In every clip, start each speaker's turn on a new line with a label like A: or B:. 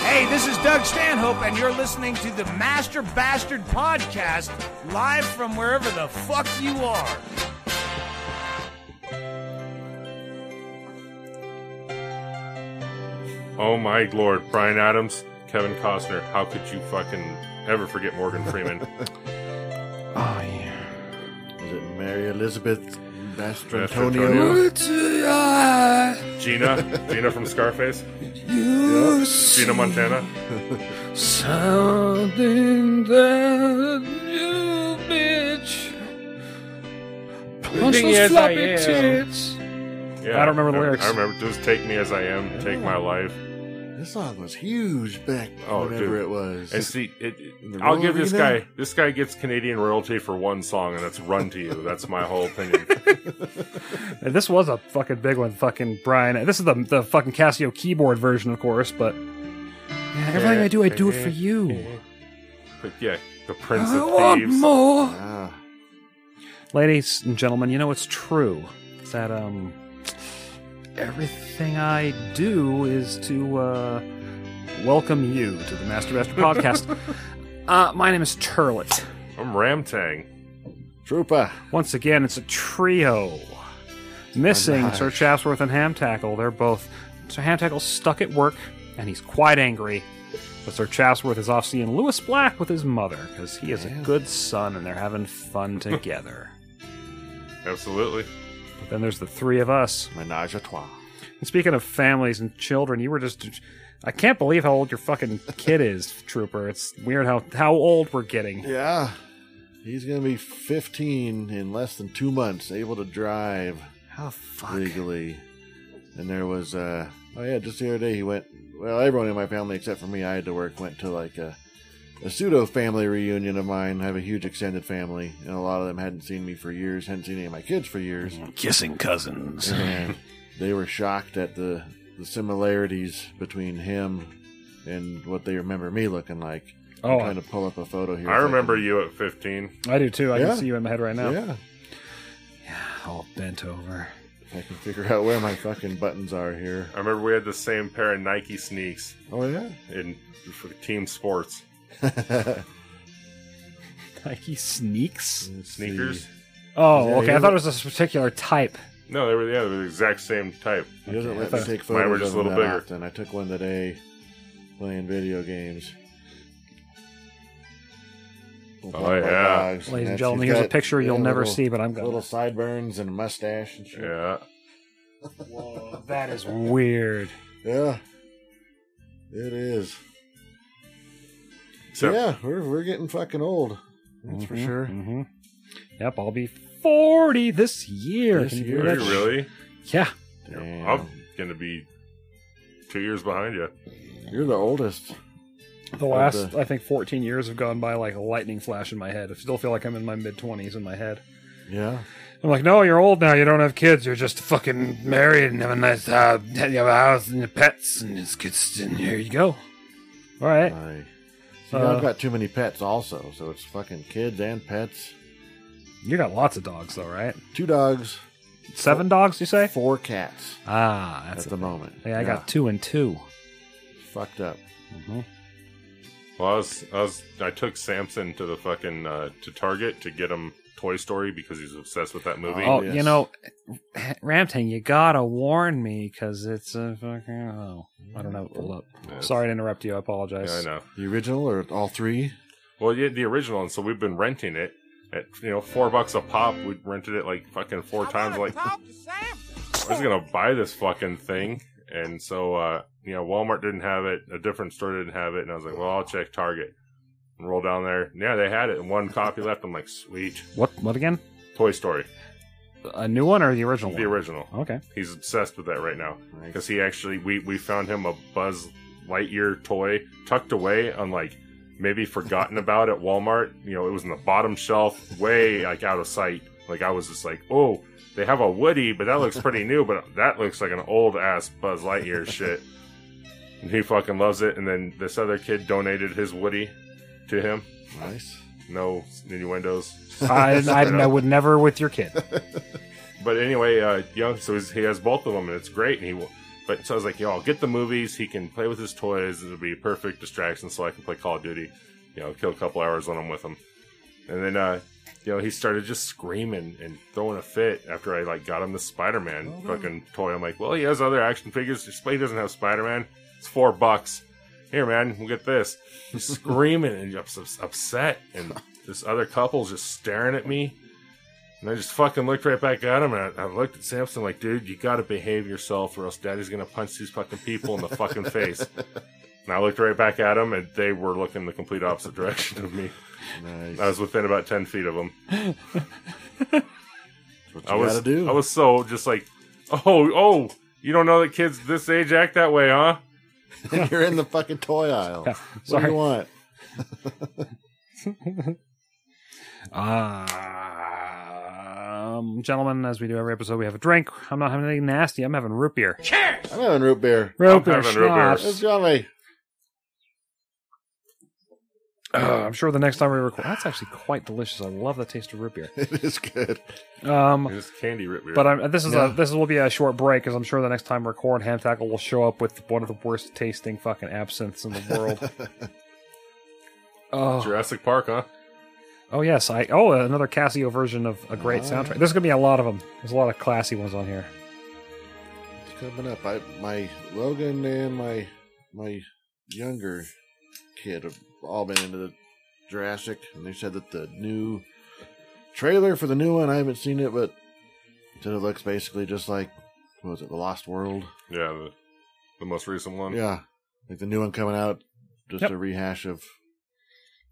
A: Hey, this is Doug Stanhope, and you're listening to the Master Bastard Podcast live from wherever the fuck you are.
B: Oh my lord, Brian Adams, Kevin Costner, how could you fucking ever forget Morgan Freeman?
C: Oh, yeah.
D: Was it Mary Elizabeth Bastrotonio?
B: Bastrotonio. Gina, Gina from Scarface, Gina Montana.
C: Something that you bitch. Punch
E: thing
C: those
E: is,
C: floppy
E: I am.
C: tits.
B: Yeah,
E: I don't remember the
B: I-
E: lyrics.
B: I remember just "Take Me as I Am, Take My Life."
D: This song was huge back
B: Oh,
D: whenever
B: dude.
D: it was.
B: And see, it, it-
D: In the
B: I'll
D: royal
B: give this
D: arena?
B: guy. This guy gets Canadian royalty for one song, and that's "Run to You." That's my whole opinion.
E: And this was a fucking big one, fucking Brian. This is the the fucking Casio keyboard version, of course, but yeah, everything I do, I do it for you.
B: But yeah, the Prince
E: I
B: of
E: want
B: Thieves.
E: more,
D: Ah,
E: ladies and gentlemen. You know it's true It's that um everything I do is to uh welcome you to the Master Master Podcast. uh, my name is Turlet.
B: I'm Ramtang.
D: Troopa.
E: Once again, it's a trio. Missing Sir Chapsworth and Ham Tackle. They're both. Sir Ham Tackle's stuck at work, and he's quite angry. But Sir Chapsworth is off seeing Lewis Black with his mother, because he is a good son and they're having fun together.
B: Absolutely.
E: but then there's the three of us.
D: Menage a trois.
E: And speaking of families and children, you were just. I can't believe how old your fucking kid is, Trooper. It's weird how, how old we're getting.
D: Yeah. He's going to be 15 in less than two months, able to drive
E: How fuck.
D: legally. And there was, uh, oh yeah, just the other day he went, well, everyone in my family except for me, I had to work, went to like a, a pseudo family reunion of mine. I have a huge extended family, and a lot of them hadn't seen me for years, hadn't seen any of my kids for years.
C: Kissing cousins.
D: and they were shocked at the, the similarities between him and what they remember me looking like. I'm
E: Oh.
D: trying to pull up a photo here.
B: I
D: if can-
B: remember you at 15.
E: I do too. I
D: Yeah.
E: can see you in my head right now.
D: Yeah.
E: All bent over.
D: If I can figure out where my fucking buttons are here.
B: I remember we had the same pair of Nike sneaks
D: Oh yeah.
B: in for team sports
E: Nike sneaks.
B: sneakers.
E: Oh,
D: Yeah,
E: okay.
D: you
E: I
D: know-
E: thought it was this particular type.
B: No, they were yeah, they were the exact same type.
D: He doesn't
E: I
D: let me
E: thought-
D: take photos
B: Mine were just
D: of him
B: a little
D: that
B: bigger.
D: often. I took one today playing video games. Little
B: Oh,
D: black
B: yeah.
D: dogs.
E: Ladies
D: That's-
E: and gentlemen,
D: he's
E: here's a
D: got,
E: picture
D: yeah,
E: you'll never
D: little-
E: see, but I'm
D: Little
E: going.
D: sideburns and a mustache and shit.
B: Yeah.
E: Whoa, that is weird.
D: Yeah. It is.
B: Except
D: yeah, we're we're getting fucking old. That's for sure.
E: hmm Yep, I'll be 40 this year.
D: This
E: Can you
D: year?
E: believe
B: Are
E: that?
B: you really?
E: Yeah.
D: Damn.
B: I'm gonna be two years behind you.
D: You're the oldest.
E: The last,
D: the-
E: I think, 14 years have gone by like a lightning flash in my head. I still feel like I'm in my mid 20s in my head.
D: Yeah.
E: I'm like, no, you're old now. You don't have kids. You're just fucking married and have a nice house. You have a house and your pets and it's good. And here you go. All right.
D: I, see,
E: Uh,
D: I've got too many pets also, so it's fucking kids and pets.
E: You got lots of dogs, though, right?
D: Two dogs,
E: Seven dogs, you say?
D: four cats
E: Ah,
D: at
E: that's
D: the moment.
E: yeah, Mm-hmm. I got two and 2
D: fucked up.
B: Well, I was, I was, I took Samson to the fucking uh, to Target to get him Toy Story because he's obsessed with that movie.
E: Oh, you
D: yes.
E: know, Ramtang, you gotta warn me because it's a fucking. Oh, I don't have it pulled up. Sorry to interrupt you. I apologize.
B: Yeah, I know.
D: The original or all three?
B: Well, yeah, the original, and so we've been renting it at you know four bucks a pop. We rented it like fucking four times. Like I was gonna buy this fucking thing, and so uh, you know Walmart didn't have it, a different store didn't have it, and I was like, well, I'll check Target. And roll down there. Yeah, they had it, and one copy left. I'm like, sweet.
E: What? What again?
B: Toy Story,
E: A new one or the original?
B: the
E: one?
B: original.
E: Okay.
B: He's obsessed with that right now
D: Nice.
B: because he actually we we found him a Buzz Lightyear toy tucked away on like maybe forgotten about at Walmart. You know, it was in the bottom shelf, way like out of sight. Like I was just like, oh, they have a Woody, but that looks pretty new, but that looks like an old ass Buzz Lightyear shit. And he fucking loves it. And then this other kid donated his Woody to him.
D: Nice.
B: No innuendos.
E: I, I, I would never with your kid.
B: But anyway, uh, you know, so he's, he has both of them, and it's great. And he, But so I was like, you know, I'll get the movies. He can play with his toys. It'll be a perfect distraction, so I can play Call of Duty. You know, kill a couple hours on him with him. And then, uh, you know, he started just screaming and throwing a fit after I like got him the Spider Man fucking toy. I'm like, well, he has other action figures. Display doesn't have Spider Man. It's four bucks. Here, man, we'll get this. He's screaming and ups- upset, and this other couple's just staring at me. And I just fucking looked right back at him, and I, I looked at Samson like, dude, you gotta behave yourself, or else daddy's gonna punch these fucking people in the fucking face. And I looked right back at him, and they were looking the complete opposite direction of me.
D: Nice.
B: I was within about 10 feet of him.
D: That's what you
B: I was,
D: gotta do.
B: I was so just like, oh, oh, you don't know that kids this age act that way, huh?
D: You're in the fucking toy aisle.
E: Yeah,
D: What do
E: sorry.
D: you want?
E: Ah, Um, gentlemen, as we do every episode, we have a drink. I'm not having anything nasty. I'm having root beer.
D: I'm having root beer.
E: Root beer,
B: having root beer.
E: schnapps.
D: It's yummy.
E: Uh, I'm sure the next time we record, that's actually quite delicious. I love the taste of root beer.
D: It is good.
E: Um,
B: It's candy rip
E: But I'm, this is
D: Yeah.
E: a this will be a short break because I'm sure the next time we record, Ham Tackle will show up with one of the worst tasting fucking absinthes in the world. oh,
B: Jurassic Park, huh?
E: oh yes, I oh another Casio version of a great
D: Ah.
E: soundtrack. There's gonna be a lot of them. There's a lot of classy ones on here.
D: It's coming up. I my Logan and my my younger kid have all been into the Jurassic, and they said that the new trailer for the new one. I haven't seen it, but said it looks basically just like what was it, The Lost World?
B: Yeah, the, the most recent one.
D: Yeah, like the new one coming out, just
E: Yep.
D: a rehash of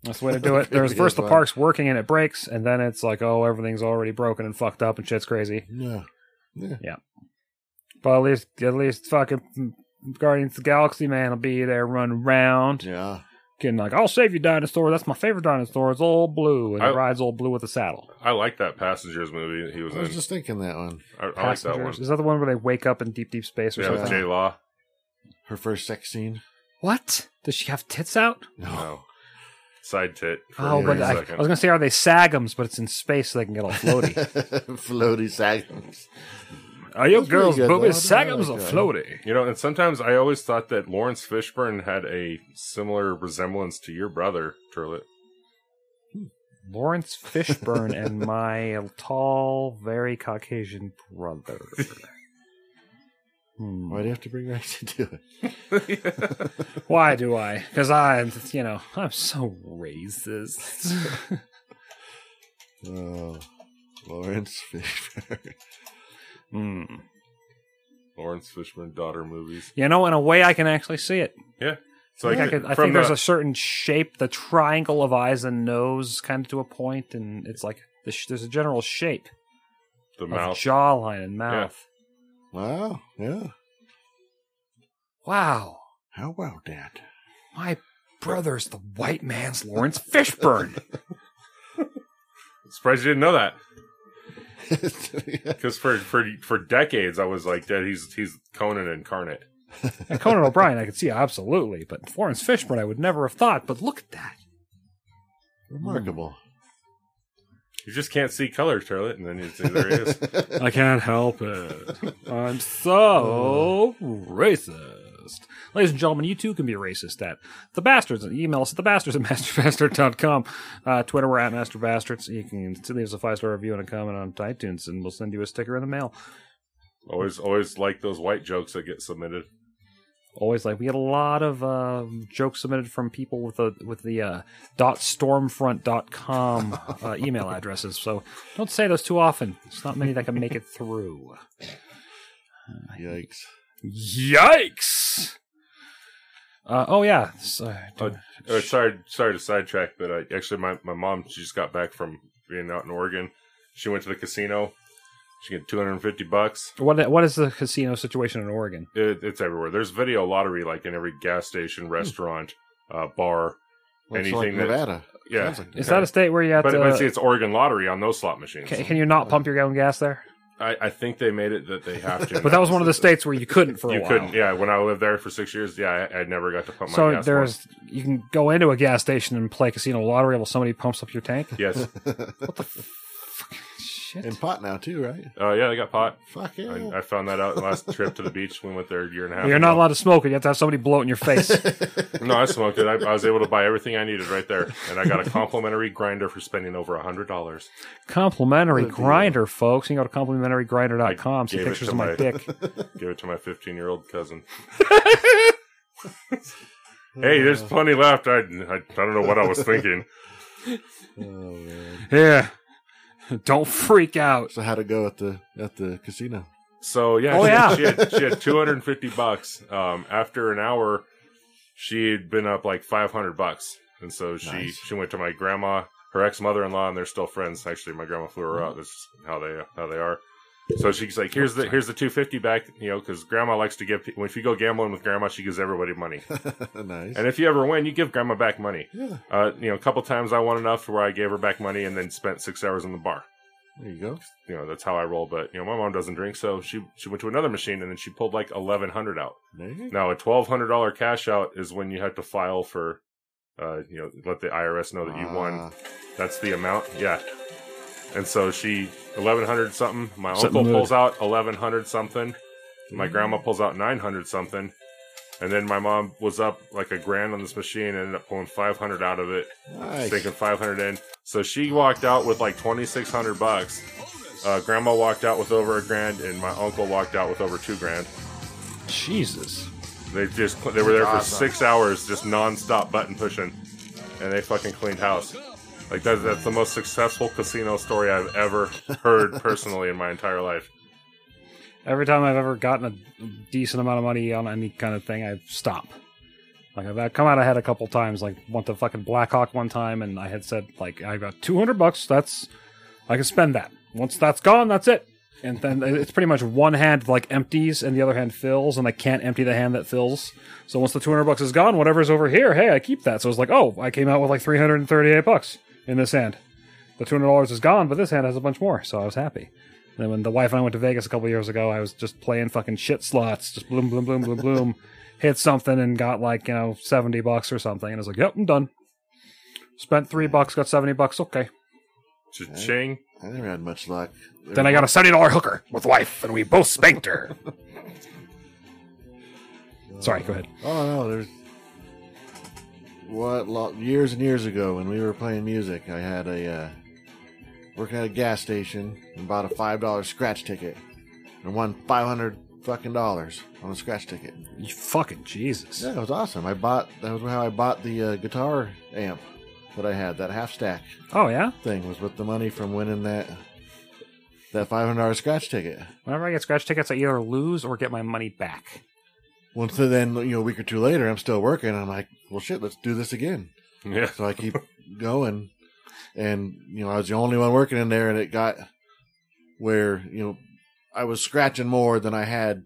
E: That's the way to do it.
D: Could
E: There's
D: be
E: first the
D: as well.
E: park's working and it breaks, and then it's like oh everything's already broken and fucked up and shit's crazy.
D: yeah.
E: But at least at least fucking Guardians of the Galaxy man will be there running around.
D: Yeah,
E: Getting like, I'll save you, dinosaur. That's my favorite dinosaur. It's old blue, and
B: I-
E: it rides old blue with a saddle.
B: I like that Passengers movie that he was
D: I
B: in.
D: was just thinking that one.
B: I, I like that one.
E: Is that the one where they wake up in deep, deep space or
B: Yeah, with
E: something?
B: J Law.
D: Her first sex scene.
E: What? Does she have tits out?
B: No. Side tit. For
E: Oh,
B: a
E: but
B: brief
E: I, I was
B: second.
E: going to say, are they sagums, but it's in space so they can get all floaty.
D: Floaty sagums.
E: are
D: your That's pretty girls' good, though. boobies I don't sagums like or that.
E: floaty?
B: You know, and sometimes I always thought that Lawrence Fishburne had a similar resemblance to your brother, Turlet.
E: Lawrence Fishburne and my tall, very Caucasian brother. Hmm.
D: Why do you have to bring race into it?
E: Why do I? Because I, you know, I'm so racist.
D: Oh, Lawrence Fishburne.
E: Hmm.
B: Lawrence Fishburne daughter movies.
E: You know, in a way, I can actually see it.
B: So
E: I think, I, could, I think there's a certain shape, the triangle of eyes and nose, kind of to a point, and it's like the sh- there's a general shape
B: the
E: of
B: mouth.
E: jawline and mouth.
D: Wow, yeah.
E: Wow,
D: How about that?
E: my brother's the white man's Lawrence Fishburne.
B: Surprised you didn't know that.
D: yeah.
B: Because for, for for decades I was like, Dad, he's he's Conan incarnate.
E: and Conan O'Brien, I could see absolutely, but Lawrence Fishburne, I would never have thought. But look at that.
D: Remarkable.
B: You just can't see color, Turlet, and then you see there he is.
E: I can't help it. I'm so racist. Ladies and gentlemen, you too can be racist at the bastards. Email us at the bastards at masterbastard.com. Uh, Twitter, we're at masterbastards. You can leave us a five star review and a comment on iTunes, and we'll send you a sticker in the mail.
B: always always like those white jokes that get submitted.
E: Always like we get a lot of uh, jokes submitted from people with the with the uh, dot stormfront.com uh, email addresses. So don't say those too often. There's not many that can make it through.
D: Yikes.
E: Yikes! Uh, oh yeah. So,
B: Uh, sorry, sorry to sidetrack, but I, actually, my, my mom she just got back from being out in Oregon. She went to the casino. She got two hundred and fifty bucks.
E: what what is the casino situation in Oregon?
B: It, it's everywhere. There's video lottery like in every gas
E: Hmm.
B: station, restaurant, uh, bar.
D: Looks
B: Anything
D: like
B: that-
D: Nevada.
B: Yeah,
D: Sounds like
E: Is
B: Yeah.
E: that a state where you have
B: but,
E: to?
B: but see, it's Oregon lottery on those slot machines.
E: can, can you not pump your own gas there?
B: I, I think they made it that they have to.
E: But that was one of the states where you couldn't for a
B: you
E: while.
B: couldn't. Yeah, when I lived there for six years, yeah, I, I never got to pump my
E: So
B: gas
E: there's you can go into a gas station and play casino lottery while somebody pumps up your tank.
B: once. yes.
E: What the fuck? Shit.
D: And pot now too, right?
B: Uh, yeah, they got pot.
D: Fuck yeah.
B: I, I found that out the last trip to the beach. We went there a year and a half.
E: You're not
B: ago.
E: allowed to smoke it. You have to have somebody blow it in your face.
B: No, I smoked it. I, I was able to buy everything I needed right there, and I got a complimentary grinder for spending over a hundred dollars.
E: complimentary
D: What a deal.
E: grinder, folks. You can go to complimentarygrindr.com. See
B: gave it
E: pictures
B: to
E: of my
B: my-
E: dick.
B: Give it to my fifteen-year-old cousin. hey, there's plenty left. I, I I don't know what I was thinking.
D: Oh, man.
E: yeah. Don't freak out.
D: So how'd it go at the at the casino?
B: So yeah,
E: Oh,
B: she,
E: yeah.
B: she had she had two hundred and fifty bucks. Um, after an hour, she had been up like five hundred bucks, and so she
D: Nice.
B: she went to my grandma, her ex mother in law, and they're still friends. Actually, my grandma flew her out. That's just how they how they are. So she's like, "Here's the here's the two fifty back, you know, because grandma likes to give. pe- When if you go gambling with grandma, she gives everybody money,
D: nice.
B: and if you ever win, you give grandma back money.
D: yeah.
B: Uh, you know, a couple times I won enough where I gave her back money, and then spent six hours in the bar
D: There you go.
B: you know that's how I roll. But you know my mom doesn't drink, so she she went to another machine and then she pulled like eleven hundred out.
D: There you go.
B: Now a twelve hundred dollar cash out is when you have to file for, uh, you know, let the IRS know that you won.
D: Ah,
B: That's the amount, yeah. And so she eleven hundred something. My
C: Something
B: uncle
C: good.
B: pulls out eleven hundred something. My grandma pulls out nine hundred something. And then my mom was up like a grand on this machine and ended up pulling five hundred out of it
D: nice.
B: taking 500 in. So she walked out with like 2,600 bucks. Uh, grandma walked out with over a grand, and my uncle walked out with over two grand.
C: Jesus.
B: They just they were there for six hours, just nonstop button pushing, and they fucking cleaned house. Like that's that's the most successful casino story I've ever heard personally in my entire life.
E: Every time I've ever gotten a decent amount of money on any kind of thing, I stop. Like I've had- come out ahead a couple times. Like went to fucking Blackhawk one time, and I had said like I got two hundred bucks. That's I can spend that. Once that's gone, that's it. And then it's pretty much one hand like empties and the other hand fills, and I can't empty the hand that fills. So once the two hundred bucks is gone, whatever's over here, hey, I keep that. So it's like, oh, I came out with like three hundred and thirty-eight bucks in this hand. The two hundred dollars is gone, but this hand has a bunch more. So I was happy. And then when the wife and I went to Vegas a couple years ago, I was just playing fucking shit slots, just bloom, bloom, bloom, bloom, bloom, hit something and got like, you know, 70 bucks or something. And I was like, yep, I'm done. Spent three bucks, got 70 bucks, okay.
B: Cha-ching.
D: I never had much luck.
E: Then I got a $70 hooker with wife, and we both spanked her. Sorry, go ahead.
D: Oh no, there's what lo- years and years ago when we were playing music, I had a uh, working at a gas station and bought a five dollar scratch ticket and won five hundred fucking dollars on a scratch ticket.
E: You fucking Jesus.
D: Yeah, it was awesome. I bought that was how I bought the uh, guitar amp that I had. That half stack
E: Oh, yeah?
D: thing was with the money from winning that that five hundred dollar scratch ticket.
E: Whenever I get scratch tickets, I either lose or get my money back.
D: Well, so then you know, a week or two later, I'm still working. I'm like, well, shit, let's do this again.
B: Yeah.
D: So I keep going, and you know, I was the only one working in there, and it got where you know I was scratching more than I had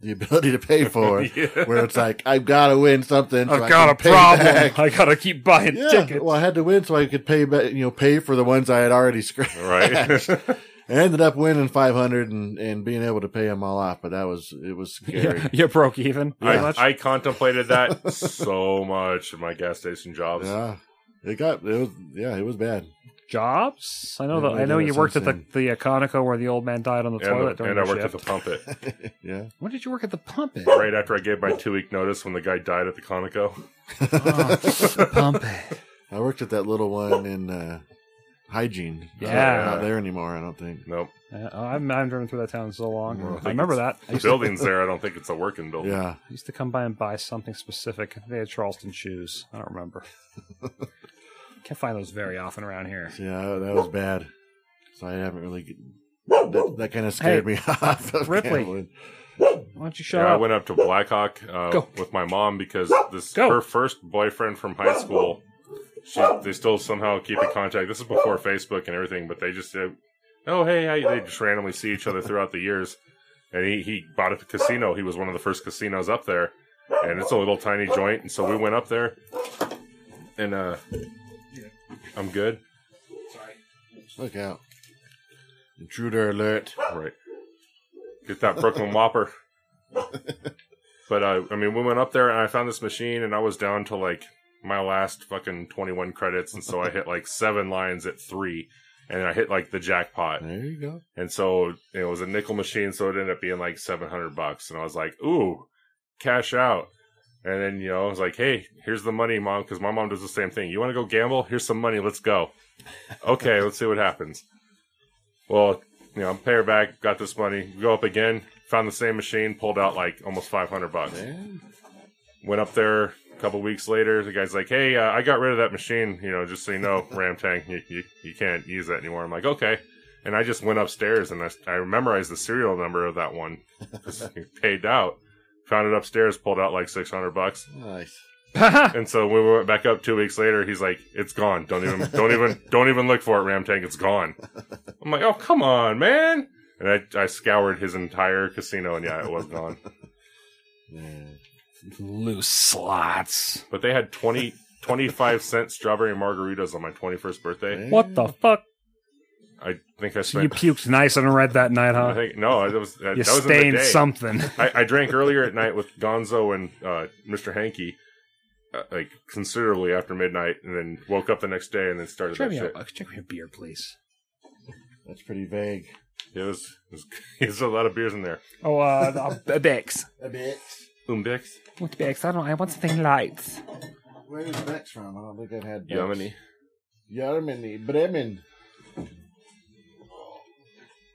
D: the ability to pay for.
B: Yeah.
D: Where it's like I've got to win something. so I
E: I've got
D: can
E: a
D: pay
E: problem.
D: back.
E: I gotta keep buying
D: Yeah,
E: tickets.
D: well, I had to win so I could pay, ba- you know, pay for the ones I had already scratched.
B: Right.
D: I ended up winning five hundred and, and being able to pay them all off, but that was it was scary.
E: Yeah, you broke even. pretty
B: I,
E: much.
B: I contemplated that so much in my gas station jobs.
D: yeah, it got it was yeah, it was bad.
E: jobs. I know
D: Yeah,
E: that.
D: they
E: I know
D: did
E: you
D: it
E: worked at the
D: since
E: the Econoco where the old man died on the toilet
B: And,
E: during
B: and I
E: your
B: worked
E: shift.
B: at the pump it.
D: yeah.
E: When did you work at the pump it?
B: right after I gave my two week notice when the guy died at the Conoco.
E: Oh, the pump it.
D: I worked at that little one in uh, hygiene.
E: Yeah.
D: not there anymore. I don't think.
B: Nope.
E: Uh, oh, I haven't I haven't driven through that town in so long.
D: Well, I
E: I
B: think
E: remember that. I
B: The
E: used, to,
B: building's there. I don't think it's a working building.
D: Yeah,
E: I used to come by and buy something specific. They had Charleston shoes. I don't remember. Can't find those very often around here.
D: so, yeah, that was bad. So I haven't really. Get, that, that kind of scared
E: Hey,
D: me off. of
E: Ripley.
D: gambling.
E: Why don't you shut
B: Yeah, I
E: up?
B: went up to Blackhawk uh,
E: Go.
B: with my mom because this
E: Go.
B: her first boyfriend from high school. She, they still somehow keep in contact. This is before Facebook and everything, but they just said, "Oh hey," hey," they just randomly see each other throughout the years. And he he bought a casino. He was one of the first casinos up there, and it's a little tiny joint. And so we went up there, and uh, I'm good.
D: Look out! Intruder alert!
B: Right. Get that Brooklyn Whopper. but uh, I mean, we went up there and I found this machine, and I was down to like my last fucking twenty-one credits, and so I hit like seven lines at three, and I hit like the jackpot.
D: There you go.
B: And so it was a nickel machine, so it ended up being like seven hundred bucks. And I was like, "Ooh, cash out!" And then you know, I was like, "Hey, here's the money, mom," because my mom does the same thing. You want to go gamble? Here's some money. Let's go. okay, let's see what happens. Well, you know, pay her back. Got this money. Go up again. Found the same machine. Pulled out like almost five hundred bucks.
D: Man,
B: Went up there a couple weeks later. The guy's like, "Hey, uh, I got rid of that machine. You know, just so you know, Ramtang, you, you you can't use that anymore." I'm like, "Okay." And I just went upstairs and I, I memorized the serial number of that one. 'cause he paid out, found it upstairs, pulled out like six hundred bucks.
D: nice.
B: And so when we went back up two weeks later, he's like, "It's gone. Don't even, don't even, don't even look for it, Ramtang. It's gone." I'm like, "Oh, come on, man!" And I, I scoured his entire casino, and yeah, it was gone.
D: Man.
C: Loose slots.
B: But they had 20, 25 cent strawberry margaritas on my twenty first birthday.
E: What the fuck?
B: I think I
E: So you
B: spent.
E: puked nice and red that night,
B: I
E: huh?
B: think no, that was that,
E: You
B: that was in the
E: stained
B: day.
E: something.
B: I, I drank earlier at night with Gonzo and uh, Mr. Hanky, uh, like considerably after midnight, and then woke up the next day and then started
C: Check
B: that
C: me
B: shit.
C: out. Check me a beer, please.
D: That's pretty vague.
B: It was, it was there's a lot of beers in there.
E: Oh, uh, Bex.
D: A bit.
B: Umbix,
E: What Bex? I don't. I want something light.
D: Where's Bex from? I don't think I've had Bex.
B: Yemeni.
D: Germany. Bremen.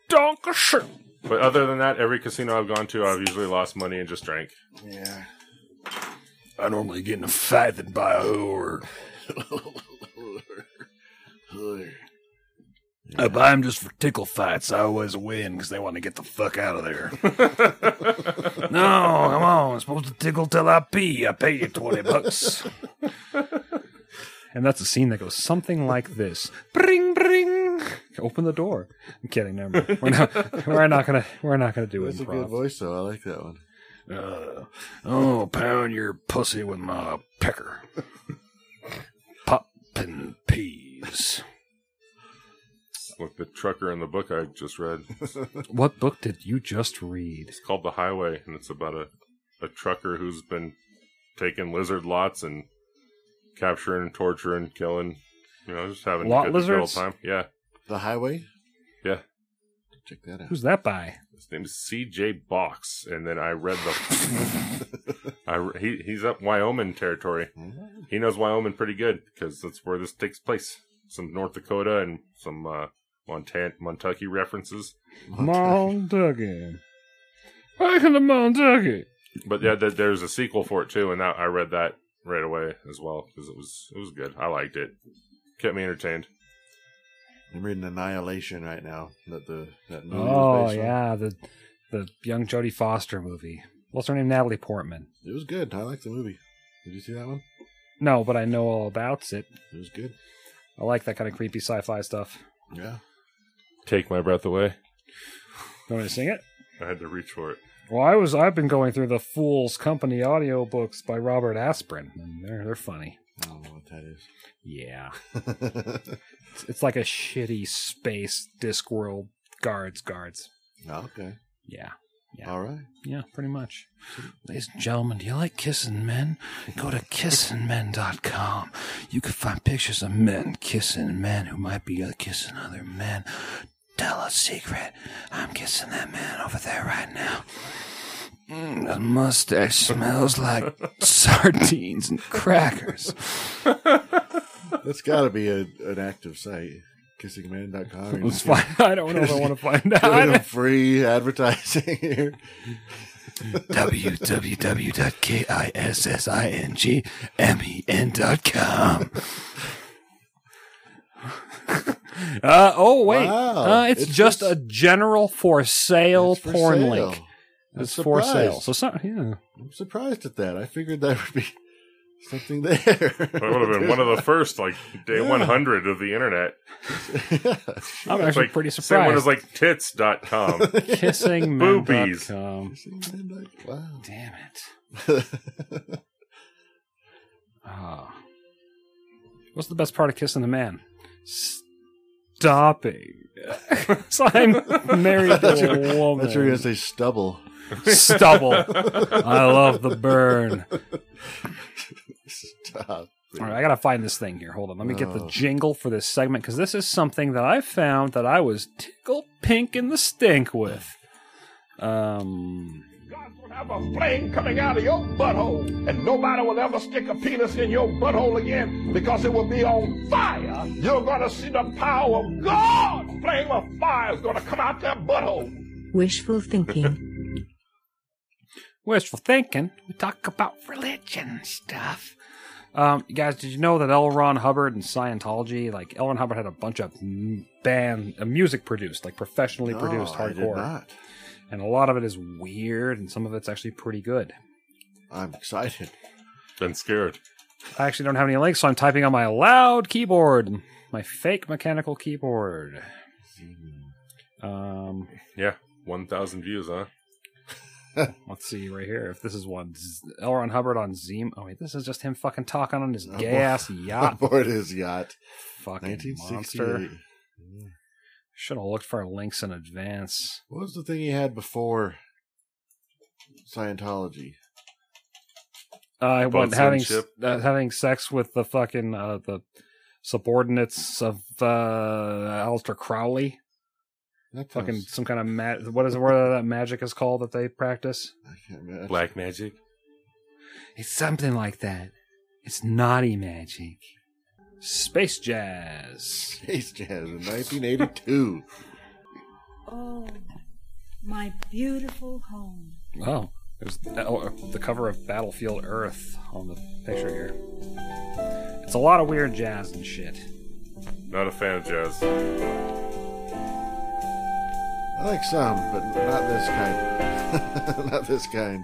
E: Dankeschön.
B: But other than that, every casino I've gone to, I've usually lost money and just drank.
D: Yeah.
C: I normally get in a fight that by or I buy them just for tickle fights. I always win because they want to get the fuck out of there. no, come on. I'm supposed to tickle till I pee. I pay you 20 bucks.
E: And that's a scene that goes something like this: Bring, bring. Open the door. I'm kidding. Never mind. We're not. we're not gonna. We're not gonna do
D: That's a good
E: improv.
D: voice, though. I like that one.
C: Uh, oh, pound your pussy with my pecker. Poppin' peas.
B: With the trucker in the book I just read,
E: What book did you just read?
B: it's called The Highway, and it's about a, a trucker who's been taking lizard lots and capturing and torturing, killing. You know, just having
E: Lot
B: a good, good old
E: lizards?
B: time. Yeah.
D: The Highway?
B: Yeah.
D: Check that out.
E: Who's that by?
B: His name is C.J. Box, and then I read the. I re- he he's up Wyoming territory. He knows Wyoming pretty good because that's where this takes place. Some North Dakota and some uh, Montan Montucky references.
E: Montucky. Back in the Montucky.
B: But yeah, th- there's a sequel for it too, and that I read that right away as well because it was it was good. I liked it. Kept me entertained.
D: I'm reading Annihilation right now. That the that movie was
E: Oh
D: based on.
E: yeah, the the young Jodie Foster movie. What's her name? Natalie Portman.
D: It was good. I liked the movie. Did you see that one?
E: No, but I know all about it.
D: It was good.
E: I like that kind of creepy sci-fi stuff.
D: Yeah.
B: Take my breath away.
E: You want me to sing it?
B: I had to reach for it.
E: Well, I was. I've been going through the Fool's Company audiobooks by Robert Aspirin, and they're they're funny.
D: I don't know what that is.
E: Yeah, it's, it's like a shitty space Discworld guards guards.
D: Oh, okay.
E: Yeah, Yeah.
D: All right.
E: yeah, pretty much.
C: Ladies and gentlemen, do you like kissing men? Go to kissingmen.com. You can find pictures of men kissing men who might be kissing other men. Tell a secret. I'm kissing that man over there right now. Mm, that mustache smells like sardines and crackers.
D: That's got to be a, an active site. Kissingman.com.
E: It's fine. I don't know if I want to find
D: Doing
E: out.
D: free advertising here.
C: www.kissingmen.com.
E: Uh, oh wait,
D: Wow.
E: uh, it's,
D: It's
E: just
D: just-
E: a general for sale
D: It's for
E: porn
D: sale.
E: link.
D: I'm
E: It's for sale.
D: surprised.
E: So some, yeah.
D: I'm surprised at that. I figured that would be something there. that
B: That would have been one of the first, like day
D: Yeah.
B: 100 of the internet.
D: the.
E: I'm actually
B: like,
E: pretty
B: Same one
E: surprised.
B: as like tits.com.
D: Um,
E: Kissing
B: Boobies.
E: Kissingmen.com.
D: wow.
E: Damn it.
D: I
E: Ah. What's the best part of kissing a man? Stopping. so I'm married
D: That's
E: to
D: your-
E: a woman.
D: thought you were going to say stubble.
E: Stubble. I love the burn.
D: Stop.
E: All right, I gotta find this thing here. Hold on, let me get
D: Oh.
E: the jingle for this segment because this is something that I found that I was tickled pink in the stink with. Um,
F: Have a flame coming out of your butthole, and nobody will ever stick a penis in your butthole again because it will be on fire. You're gonna see the power of God. Flame of fire is gonna come out that butthole.
G: Wishful thinking.
E: wishful thinking. We talk about religion stuff. Um, you guys, did you know that L. Ron Hubbard and Scientology, like L. Ron Hubbard, had a bunch of m- band uh, music produced, like professionally produced
D: No, I did
E: hardcore,
D: not.
E: and a lot of it is weird, and some of it's actually pretty good.
D: I'm excited.
B: Been scared.
E: I actually don't have any links, so I'm typing on my loud keyboard, my fake mechanical keyboard. Um,
B: Yeah, one thousand views, huh?
E: let's see right here if this is one. Z- L. Ron Hubbard on Zem. Oh wait, this is just him fucking talking on his gay ass yacht.
D: Aboard his yacht.
E: fucking monster.
D: 1968.
E: Should have looked for links in advance.
D: What was the thing he had before Scientology?
E: Uh, I went having
B: Bunsenship.
E: uh, having sex with the fucking uh, the subordinates of uh, Aleister Crowley.
D: That
E: Fucking
D: sounds-
E: some kind of ma- what is it? What that magic is called that they practice?
D: I can't remember.
B: Black magic.
E: It's something like that. It's naughty magic. Space jazz.
D: Space Jazz in 1982.
H: Oh, my beautiful home.
E: Oh, there's oh, the cover of Battlefield Earth on the picture here. It's a lot of weird jazz and shit.
B: Not a fan of jazz.
D: I like some, but not this kind. not this kind.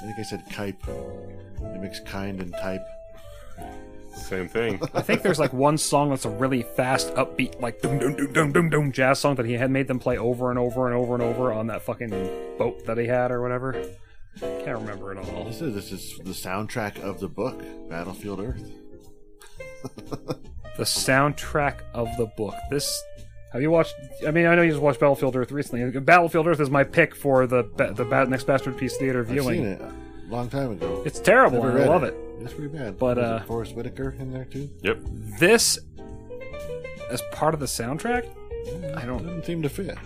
D: I think I said kype. It makes kind and type.
B: Same thing.
E: I think there's like one song that's a really fast, upbeat, like dum dum dum dum dum dum jazz song that he had made them play over and over and over and over on that fucking boat that he had or whatever. Can't remember it all.
D: This is this is the soundtrack of the book Battlefield Earth.
E: The soundtrack of the book. This. Have you watched? I mean, I know you just watched Battlefield Earth recently. Battlefield Earth is my pick for the ba- the ba- next Bastard Piece Theater
D: I've
E: viewing.
D: seen it a long time ago.
E: It's terrible.
D: Never
E: and I
D: read
E: love it.
D: It's pretty bad.
E: But,
D: Was it
E: uh,
D: Forrest Whitaker in there too.
B: yep.
E: This, as part of the soundtrack, I
D: It
E: don't.
D: doesn't seem to fit.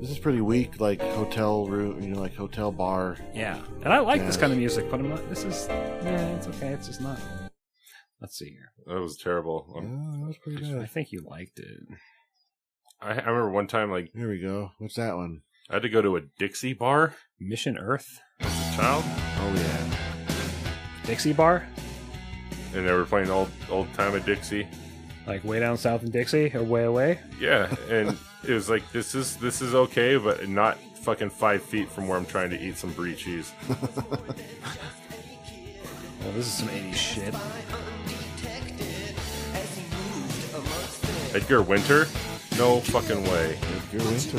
D: This is pretty weak, like hotel room, you know, like hotel bar.
E: Yeah, and I like this
D: Yes.
E: kind of music, but I'm not. This is. Yeah, it's okay. It's just not. Let's see here.
B: That was terrible.
D: Oh,
B: Um,
D: that was pretty
E: I
D: bad.
E: think you liked it.
B: I, I remember one time, like
D: Here we go. What's that one?
B: I had to go to a Dixie bar
E: Mission Earth,
B: as a child,
D: Oh yeah.
E: Dixie Bar,
B: and they were playing old old time at Dixie.
E: like way down south in Dixie or way away.
B: Yeah, and it was like this is this is okay, but not fucking five feet from where I'm trying to eat some brie cheese.
E: Well, this is some '80s shit.
B: Edgar Winter? No fucking way.
D: Edgar Winter.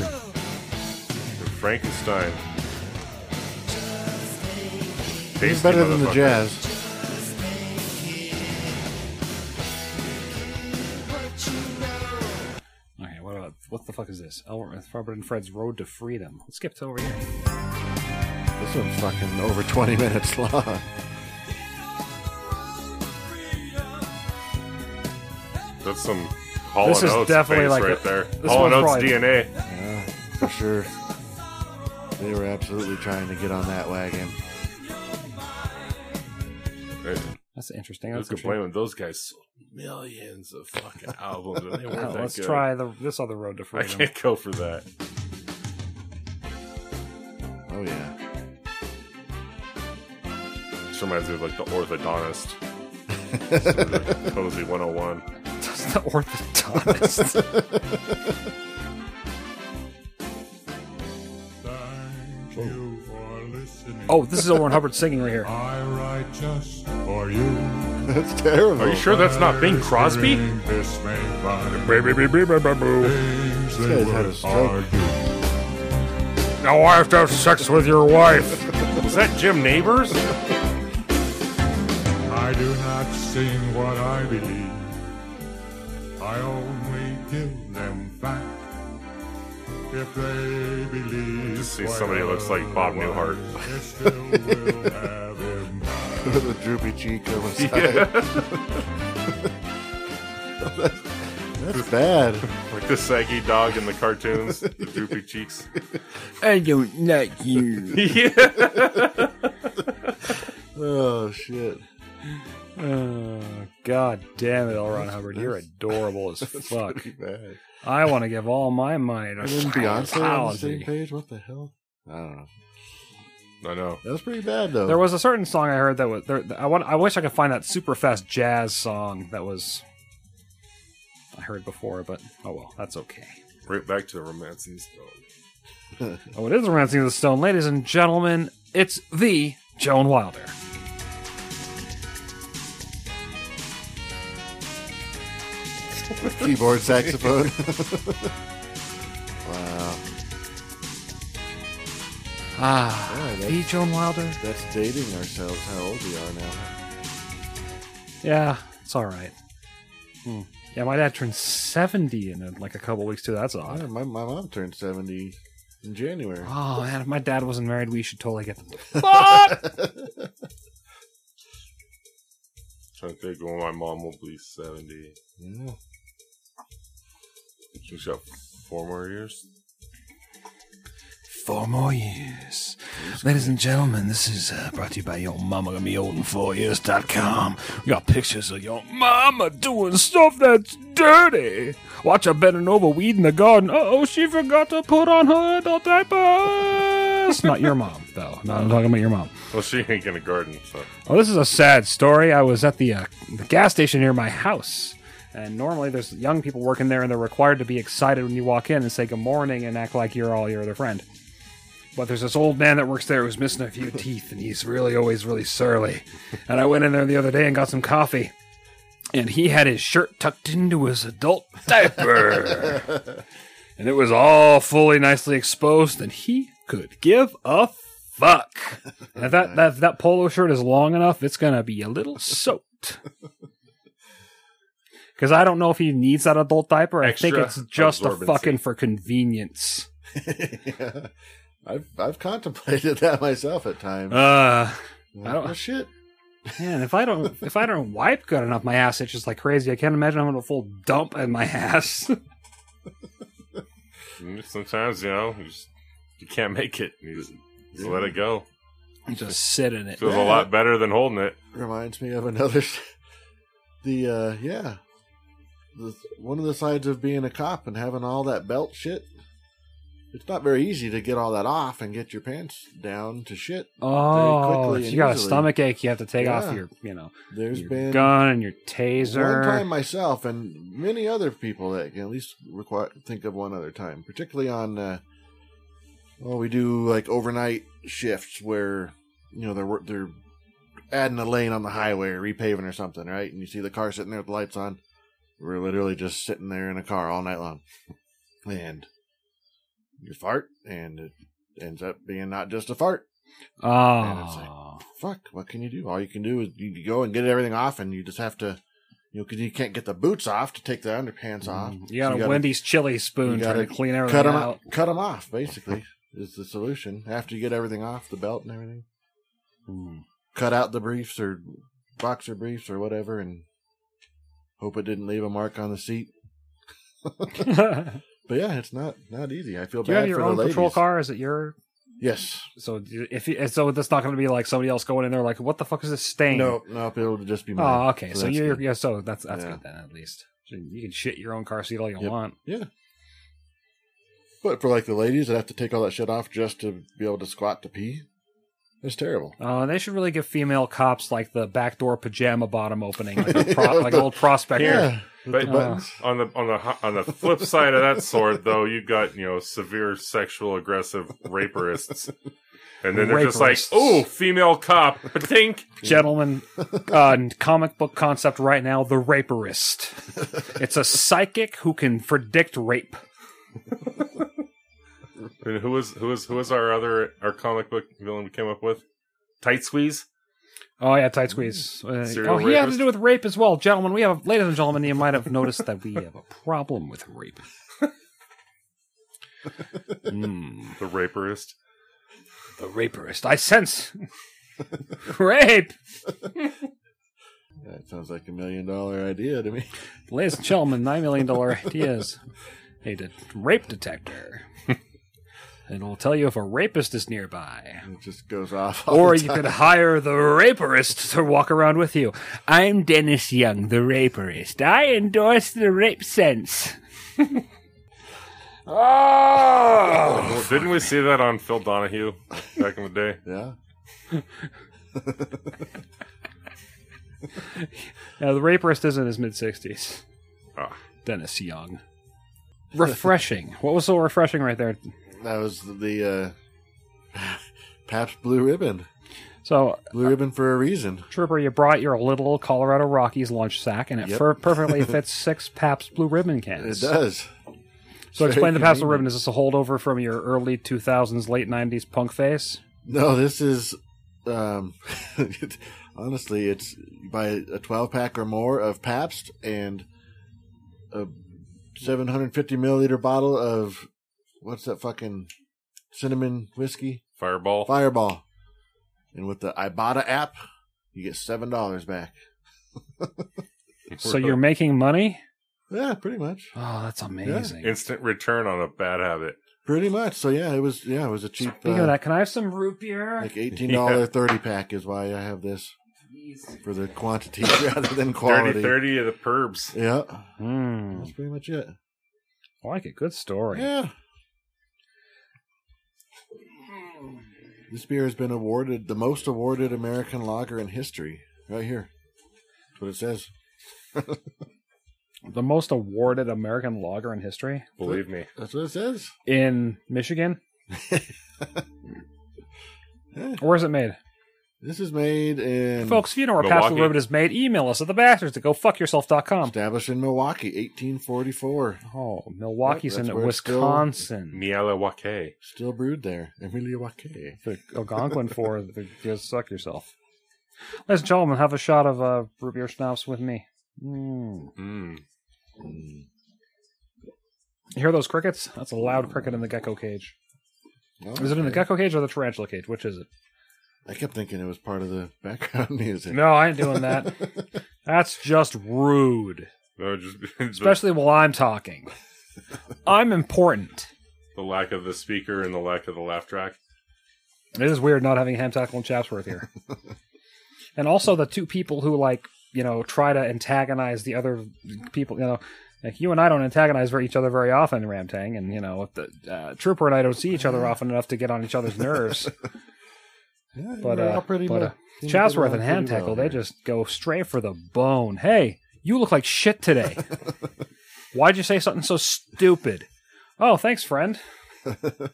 B: Frankenstein.
D: It's
B: Tasty
D: better than the
B: motherfucker.
D: jazz.
E: Okay, what about what the fuck is this? Elmer, Robert and Fred's Road to Freedom. Let's skip to over here.
D: This one's fucking over 20 minutes long.
B: That's some Hall
E: This
B: and
E: is
B: Oates
E: definitely
B: face
E: like
B: right
E: a-
B: there.
E: this
B: Hall and
E: one's
B: Oates
E: probably-
B: DNA.
D: for sure. They were absolutely trying to get on that wagon.
E: That's interesting.
B: Who
E: That's
B: could
E: interesting.
B: blame them? Those guys sold millions of fucking albums and they weren't
E: Oh,
B: that
E: let's
B: good.
E: try the this other Road to
B: I
E: Freedom.
B: can't go for that.
D: Oh yeah.
B: This reminds me of like the orthodontist. oh Sort of the Cozy 101.
E: That's the orthodontist.
I: Thank
D: Oh.
I: you for listening.
E: oh, this is Elmer and Hubbard singing right here.
I: I write just for you.
D: That's terrible.
B: Are you sure that's not Bing Crosby?
I: This may find
B: Now
I: things
D: guy's
I: they
D: had a
I: would
D: stroke.
I: argue.
B: I have to have sex with your wife. Was that Jim Neighbors?
I: I do not sing what I believe. I only give them fact. If they believe,
B: Just see somebody who looks like Bob Newhart.
I: it still will have impact.
D: the droopy cheek on the side.
B: Yeah.
D: That's bad.
B: like the saggy dog in the cartoons, the droopy cheeks.
C: I don't like you.
B: Yeah.
D: Oh shit.
E: Oh, God damn it, L. Ron Hubbard. You're adorable as fuck.
D: Bad.
E: I want to give all my money to
D: And then Beyonce on the same
E: Scientology.
D: page. What the hell? I don't know.
B: I know.
D: That was pretty bad though.
E: There was a certain song I heard that was there. I want. I wish I could find that super fast jazz song that was I heard before, but oh well, that's okay.
B: Right back to the romancing stone.
E: Oh, it is Romancing the Stone, ladies and gentlemen. It's the Joan Wilder.
D: keyboard saxophone. wow.
C: Ah,
D: Yeah,
C: the
D: that's,
C: Joan Wilder.
D: that's dating ourselves. How old we are now.
E: Yeah, it's all right. Hmm. Yeah, my dad turned seventy in uh, like a couple weeks too. That's odd.
D: Yeah, my my mom turned seventy in January.
E: Oh man, if my dad wasn't married, we should totally get them.
B: trying to think when my mom will be 70.
D: Yeah.
B: She's got four more years.
C: Four more years. Ladies and gentlemen, this is uh, brought to you by your mama gonna be old in four years.com. We got pictures of your
E: Mama doing stuff that's dirty. Watch her bending over weed in the garden. Uh oh, she forgot to put on her adult diapers. Not your mom, though. No, I'm talking about your mom.
B: Well, she ain't gonna garden, so.
E: Well, this is a sad story. I was at the, uh, the gas station near my house, and normally there's young people working there, and they're required to be excited when you walk in and say good morning and act like you're all your other friend. But there's this old man that works there who's missing a few teeth, and he's really always really surly. And I went in there the other day and got some coffee, and he had his shirt tucked into his adult diaper, and it was all fully nicely exposed, and he could give a fuck. And if that, that if that polo shirt is long enough, it's gonna be a little soaked. Because I don't know if he needs that adult diaper. I think
B: Extra
E: it's just a
B: absorbency.
E: fucking for convenience.
D: yeah. I've I've contemplated that myself at times.
E: Uh,
D: Like,
E: don't-
D: oh, shit.
E: man, if I don't if I don't wipe good enough, my ass itches like crazy. I can't imagine having a full dump in my ass.
B: Sometimes, you know, you, just, you can't make it. You just, just let it go.
E: just sit in it.
B: Feels a lot better than holding it.
D: Reminds me of another. s- The uh yeah, the, one of the sides of being a cop and having all that belt shit. It's not very easy to get all that off and get your pants down to shit.
E: Oh,
D: quickly
E: if
D: and
E: you got a
D: easily.
E: stomach ache, you have to take
D: Yeah.
E: off your you know
D: There's
E: your
D: been
E: gun and your
D: one
E: taser.
D: time myself and many other people that can at least require think of one other time, particularly on. Uh, well, we do like overnight shifts where you know they're wor- they're adding a lane on the highway or repaving or something, right? And you see the car sitting there with the lights on. We're literally just sitting there in a car all night long, and you fart, and it ends up being not just a fart And it's
E: oh,
D: like- fuck, what can you do? All you can do is you go and get everything off, and you just have to, you know, 'cause you can't get the boots off to take the underpants off.
E: Mm-hmm. you got
D: So
E: a Wendy's chili spoon
D: you
E: trying to
D: gotta
E: clean everything
D: cut them
E: out.
D: cut 'em off. Basically, is the solution after you get everything off the belt and everything.
E: Mm.
D: Cut out the briefs or boxer briefs or whatever, and hope it didn't leave a mark on the seat.
E: Do you
D: But yeah, it's not not easy. I feel
E: have
D: bad
E: your
D: for
E: own
D: the ladies.
E: patrol car? Is it your
D: Yes.
E: so if you, so that's not going to be like somebody else going in there like what the fuck is this stain?
D: No, no, it'll just be mine.
E: Oh, okay. So,
D: that's
E: you're
D: good.
E: yeah. So that's that's
D: Yeah.
E: good then at least. So You can shit your own car seat all you
D: Yep.
E: want.
D: But for like the ladies that have to take all that shit off just to be able to squat to pee, it's terrible.
E: Uh, they should really give female cops like the backdoor pajama bottom opening, like, a pro- like an old prospector.
D: Yeah,
B: But
E: Uh,
B: on the on the ho- on the flip side of that sword, though, you got you know severe sexual aggressive raperists, and then they're just like,
E: Raperists.
B: "Oh, female cop, tink."
E: Gentlemen, uh, comic book concept right now: the raperist. it's a psychic who can predict rape.
B: And who is who is who is our other our comic book villain we came up with? Tight squeeze.
E: Oh yeah, tight squeeze. Uh,
B: Mm. Serial
E: oh, he had to
B: rapist.
E: do with rape as well, gentlemen. We have, ladies and gentlemen, you might have noticed that we have a problem with rape.
B: The raperist.
E: The raperist. I sense Rape!
D: That sounds like a million dollar idea to me.
E: Ladies and gentlemen, $9 million ideas. A de- rape detector. it will tell you if a rapist is nearby.
D: It just goes off. all
E: Or
D: the
E: you
D: time.
E: could hire the raperist to walk around with you. I'm Dennis Young, the raperist. I endorse the rape sense. oh!
B: Well, didn't we see that on Phil Donahue back in the day?
D: Yeah.
E: Now, the raperist is in his mid 60s.
B: Ah.
E: Dennis Young. Refreshing. what was so refreshing right there?
D: That was the uh, Pabst Blue Ribbon.
E: So,
D: Blue Ribbon for a reason.
E: Trooper, you brought your little Colorado Rockies lunch sack, and it
D: Yep.
E: fer- perfectly fits six Pabst Blue Ribbon
D: It
E: cans.
D: does.
E: So explain the
D: Very
E: Pabst Blue
D: convenient.
E: Ribbon. Is this a holdover from your early 2000s, late 90s punk phase?
D: No, this is um, it- honestly, it's by a 12 pack or more of Pabst and a 750 milliliter bottle of what's that fucking cinnamon whiskey?
B: Fireball.
D: Fireball. And with the Ibotta app, you get seven dollars back.
E: So you're making money?
D: Yeah, pretty much.
C: Oh, that's amazing.
B: instant return on a bad habit.
D: Pretty much. So yeah, it was yeah, it was a cheap
E: Speaking of
D: uh,
E: that, can I have some root beer?
D: like eighteen dollar thirty pack is why I have this for the quantity rather than
B: Dirty
D: quality.
B: thirty of the Perbs.
D: Yeah,
E: Hmm.
D: that's pretty much it.
E: I like it. Good story.
D: Yeah. This beer has been awarded the most awarded American lager in history. Right here. That's what it says.
E: The most awarded American lager in history
B: Believe me.
D: That's what it says.
E: in Michigan.
D: Yeah.
E: Where is it made?
D: This is made in
E: Folks, if you know where Pabst Blue
B: Milwaukee.
E: Ribbon is made, email us at thebastards at gofuckyourself.com.
D: established in Milwaukee, 1844.
E: Oh, Milwaukee's
D: That's
E: in
D: where it's still-
E: Wisconsin.
B: Nielawake.
D: Still brewed there. Emilia Wake.
E: The Algonquin for the you suck yourself. Ladies and gentlemen, have a shot of uh, root beer schnapps with me. Mm.
B: Mm.
E: You hear those crickets? That's a loud cricket in the gecko cage. Is it in the gecko cage or the tarantula cage? Which is it?
D: I kept thinking it was part of the background music.
E: No, I ain't doing that. That's just rude.
B: No, just the,
E: Especially while I'm talking. I'm important.
B: the lack of the speaker and the lack of the laugh track.
E: It is weird not having Ham Tackle and Chapsworth here. and also the two people who like, you know, try to antagonize the other people, you know, like you and I don't antagonize ver- each other very often, Ramtang, and you know, if the uh, Trooper and I don't see each other often enough to get on each other's nerves.
D: Yeah,
E: But,
D: we're
E: uh,
D: all pretty
E: but,
D: well-
E: uh,
D: seem to get
E: Chapsworth
D: along
E: and Ham
D: pretty well
E: Tackle, they
D: here.
E: just go straight for the bone. Hey, you look like shit today. Why'd you say something so stupid? Oh, thanks, friend.
B: You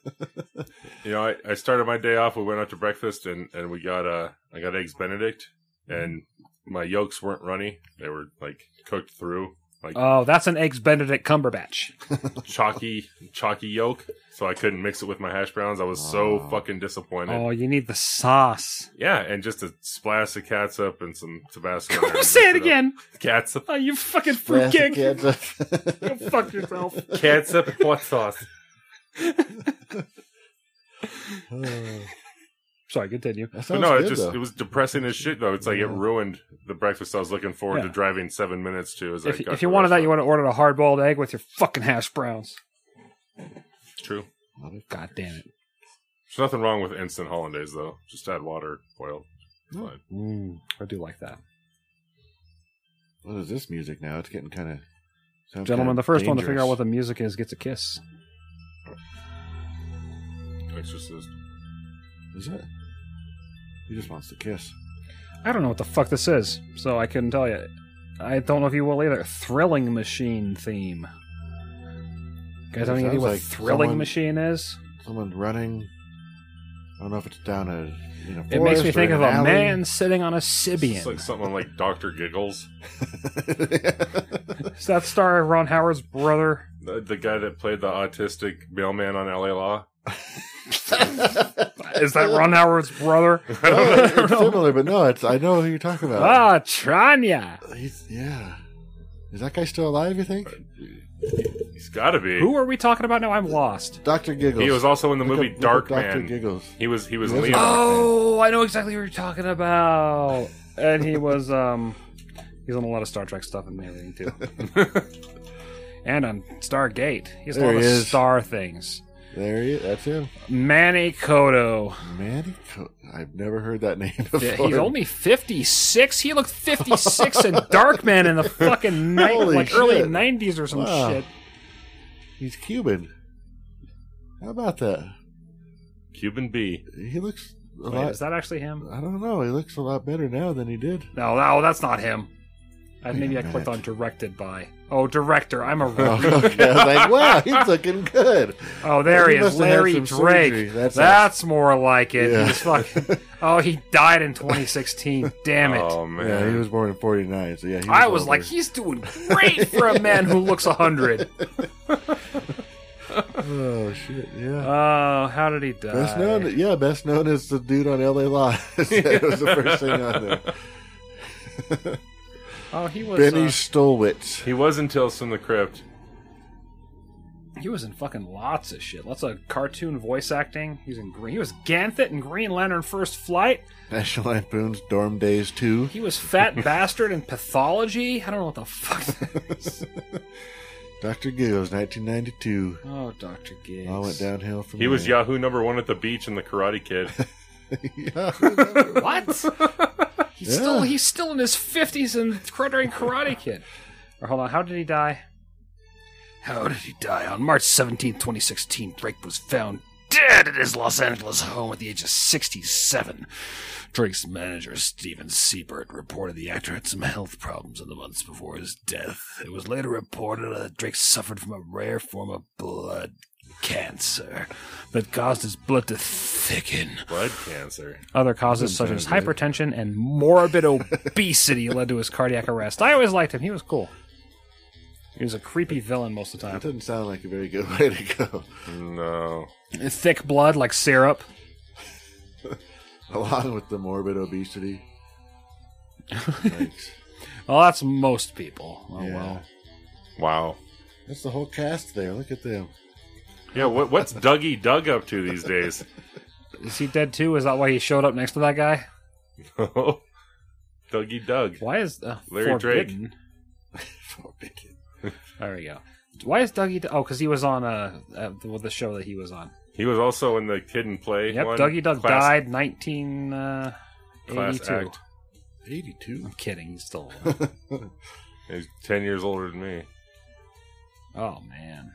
B: know, I, I started my day off. We went out to breakfast and, and we got uh I got eggs Benedict and my yolks weren't runny. They were like cooked through, like
E: Oh, that's an eggs Benedict Cumberbatch.
B: chalky chalky yolk. So I couldn't mix it with my hash browns. I was so fucking disappointed.
E: Oh, you need the sauce.
B: Yeah, and just a splash of catsup and some Tabasco.
E: Come
B: there
E: on,
B: and
E: say it
B: mix up.
E: again.
B: Catsup.
E: Oh, you fucking
D: Brass
E: fruitcake!
D: kids.
E: Go fuck yourself.
B: Catsup and hot sauce.
E: Sorry, continue.
D: That
B: But
D: Uh, sounds
B: no,
D: good,
B: it just
D: though.
B: it was depressing as shit though. It's like it ruined the breakfast I was looking forward to
E: Yeah.
B: driving seven minutes to. As I
E: If,
B: got
E: if you
B: to the
E: wanted that, you
B: restaurant.
E: would have ordered a hard boiled egg with your fucking hash browns.
B: true.
E: God damn it.
B: There's nothing wrong with instant hollandaise though. Just add water, boil. Fine.
E: Mm, I do like that.
D: What is this music now? It's getting kind of.
E: Gentlemen, the first one to figure out what the music is gets a kiss.
B: Exorcist.
D: the. Is it? He just wants to kiss.
E: I don't know what the fuck this is, so I couldn't tell you. I don't know if you will either. Thrilling Machine theme. Guys, have
D: It
E: any idea
D: sounds
E: what
D: like
E: Thrilling
D: someone-
E: Machine is?
D: Someone running. I don't know if it's down a. In a
E: It makes
D: forest
E: me
D: or
E: think
D: in
E: of
D: an
E: a
D: alley.
E: man sitting on a
B: It's
E: Sibian.
B: like something like Doctor Giggles,
E: Is that star Ron Howard's brother?
B: the, the guy that played the autistic mailman on LA Law.
E: Is that Ron Howard's brother?
D: Oh, it's similar, but no, it's. I know who you're talking about.
E: Ah, Tranya.
D: He's, yeah. Is that guy still alive? You think?
B: He's gotta be.
E: Who are we talking about now? I'm lost.
D: Doctor Giggles.
B: He was also in the
D: Look
B: movie
D: up- look up
B: Dark
D: Dr.
B: Man.
D: Giggles.
B: He was he was
D: He was
B: Leon.
D: a-
E: Oh, I know exactly what you're talking about. And he was um he's on a lot of Star Trek stuff and everything too. and on Stargate. He's on a
D: There
E: lot of
D: he is.
E: star things.
D: There he is. That's him.
E: Manny Koto.
D: Manny. Co- I've never heard that name before.
E: Yeah, He's only 56. He looked 56 in Darkman in the fucking night,
D: Holy
E: like early
D: shit.
E: 90s or some
D: Wow.
E: shit.
D: He's Cuban. How about that?
B: Cuban B.
D: He looks a
E: Wait,
D: lot.
E: is that actually him?
D: I don't know. He looks a lot better now than he did.
E: No, no, that's not him. I,
D: Wait a
E: maybe I clicked
D: minute.
E: on directed by. Oh, director. I'm a
D: Oh, okay. I was like, wow, he's looking good.
E: Oh, there
D: He
E: he is,
D: must have had
E: Larry
D: some surgery.
E: Drake.
D: That's
E: That's, more like it.
D: Yeah.
E: He's fucking. Oh, he died in 2016. Damn it!
B: Oh man.
D: Yeah, he was born in '49, so yeah. He
E: I was
D: older.
E: like, he's doing great for a man who looks hundred.
D: oh shit,
E: Oh,
D: yeah.
E: how did he die?
D: best known, yeah, best known as the dude on LA Live. that was the first thing on there.
E: Oh, he was.
D: Benny
E: uh,
D: Stolwitz.
B: He was in Tales from the Crypt.
E: uh, he was in fucking lots of shit. Lots of cartoon voice acting. He was in Green. He was Ganthet in Green Lantern: First Flight.
D: National Lampoon's Dorm Days 2.
E: He was Fat Bastard in Pathology. I don't know what the fuck. that is.
D: Dr. Giggles, 1992.
E: oh, Doctor Gibbs.
D: All went downhill from
B: He was
D: there.
B: Yahoo number one at the beach in the Karate Kid.
D: yeah.
E: What? He's
D: Yeah.
E: still he's still in his fifties and during Karate Kid. Or hold on, how did he die? How did he die? On March seventeenth, 2016, Drake was found dead at his Los Angeles home at the age of 67. Drake's manager, Steven Siebert, reported the actor had some health problems in the months before his death. It was later reported that Drake suffered from a rare form of blood cancer that caused his blood to thicken.
B: Blood cancer.
E: Other causes such as hypertension and morbid obesity led to his cardiac arrest. I always liked him. He was cool. He was a creepy villain most of the
D: That
E: time.
D: doesn't sound like a very good way to go.
B: No.
E: Thick blood like syrup.
D: Along with the morbid obesity. Yikes.
E: Well, that's most people. Oh,
D: Yeah.
E: well.
B: Wow.
D: That's the whole cast there. Look at them.
B: Yeah, what, what's Dougie Doug up to these days?
E: Is he dead too? Is that why he showed up next to that guy?
B: Dougie Doug.
E: Why is uh,
B: Larry Drake.
E: forbidden?
D: Forbidden.
E: There we go. Why is Dougie? D- oh, because he was on uh, uh, the, the show that he was on.
B: He was also in the Kid and Play.
E: Yep,
B: one.
E: Dougie Doug
B: Class-
E: died 1982. Uh,
B: Class
E: 82.
B: act.
D: 82.
E: I'm kidding. He's still alive.
B: He's ten years older than me.
E: oh, man.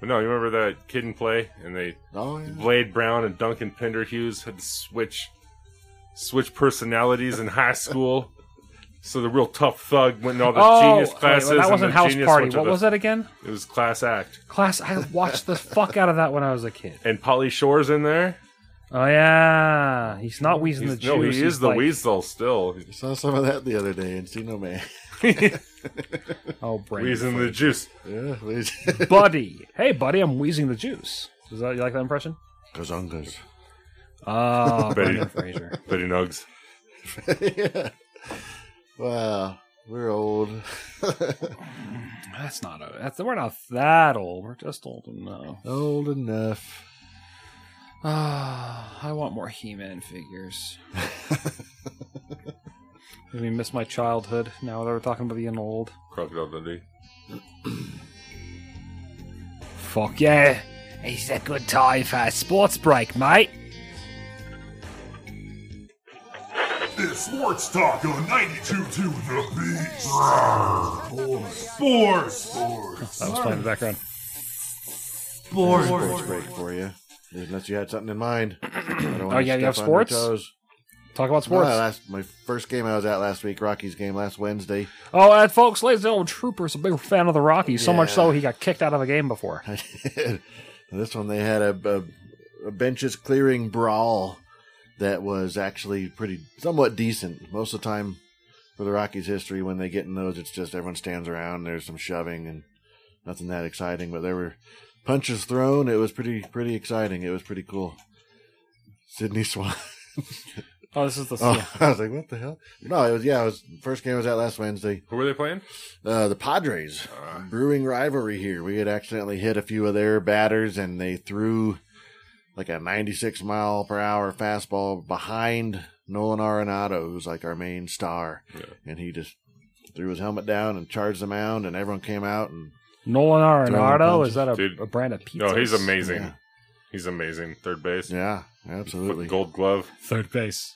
B: But no, you remember that Kid and Play, and they
D: Oh, yeah.
B: Blade Brown and Duncan Pinder Hughes had to switch switch personalities in high school. So the real tough thug went in all the genius
E: Oh, wait,
B: classes.
E: that
B: and
E: wasn't
B: the
E: House
B: genius
E: Party.
B: went to
E: What
B: the-
E: was that again?
B: It was class act.
E: Class. I watched the fuck out of that when I was a kid.
B: And Polly Shore's in there.
E: Oh yeah, he's not
B: He's,
E: wheezing the juice.
B: no, he
E: he's
B: is the
E: like-
B: Weasel still.
D: I saw some of that the other day in Sino Man.
E: Oh, brain
B: Wheezing
E: fart.
B: the juice.
D: Yeah, please.
E: buddy. Hey, buddy, I'm wheezing the juice. Is that you like that impression?
D: Kazungas.
E: Ah,
B: Betty.
E: Brendan Fraser.
B: Betty Nugs.
D: yeah. Wow. We're old.
E: That's not. A, that's we're not that old. We're just old enough.
D: old enough.
E: Ah, I want more He-Man figures. Made me miss my childhood. Now that we're talking about being old.
B: Crocodile Dundee.
E: Fuck yeah. It's a good time for a sports break, mate.
I: It's sports talk on 92.2 The Beast. Sports. Sports.
E: That was playing in the background.
D: Sports break for you. Unless you had something in mind.
E: Oh, yeah, you have sports? Talk about sports.
D: Sports. No, last, my first game I was at last week, Rockies game last Wednesday.
E: oh, and folks, ladies and gentlemen, Trooper's a big fan of the Rockies, so much
D: Yeah.
E: so he got kicked out of a game before.
D: this one they had a, a, a benches clearing brawl that was actually pretty somewhat decent. Most of the time for the Rockies history, when they get in those, it's just everyone stands around. There's some shoving and nothing that exciting, but there were punches thrown. It was pretty pretty exciting. It was pretty cool. Sydney Swan.
E: Oh, this is the.
D: Oh,
E: yeah.
D: I was like, what the hell? No, it was yeah. It was first game was out last Wednesday.
B: Who were they playing?
D: Uh, the Padres brewing rivalry here. We had accidentally hit a few of their batters, and they threw like a 96 mile per hour fastball behind Nolan Arenado, who's like our main star, and he just threw his helmet down and charged the mound, and everyone came out and
E: Nolan Arenado.
D: punches.
E: Is that a,
B: Dude.
E: a brand of pizza?
B: No, he's amazing.
D: Yeah.
B: He's amazing. Third base.
D: yeah, absolutely.
B: Gold glove.
E: Third base.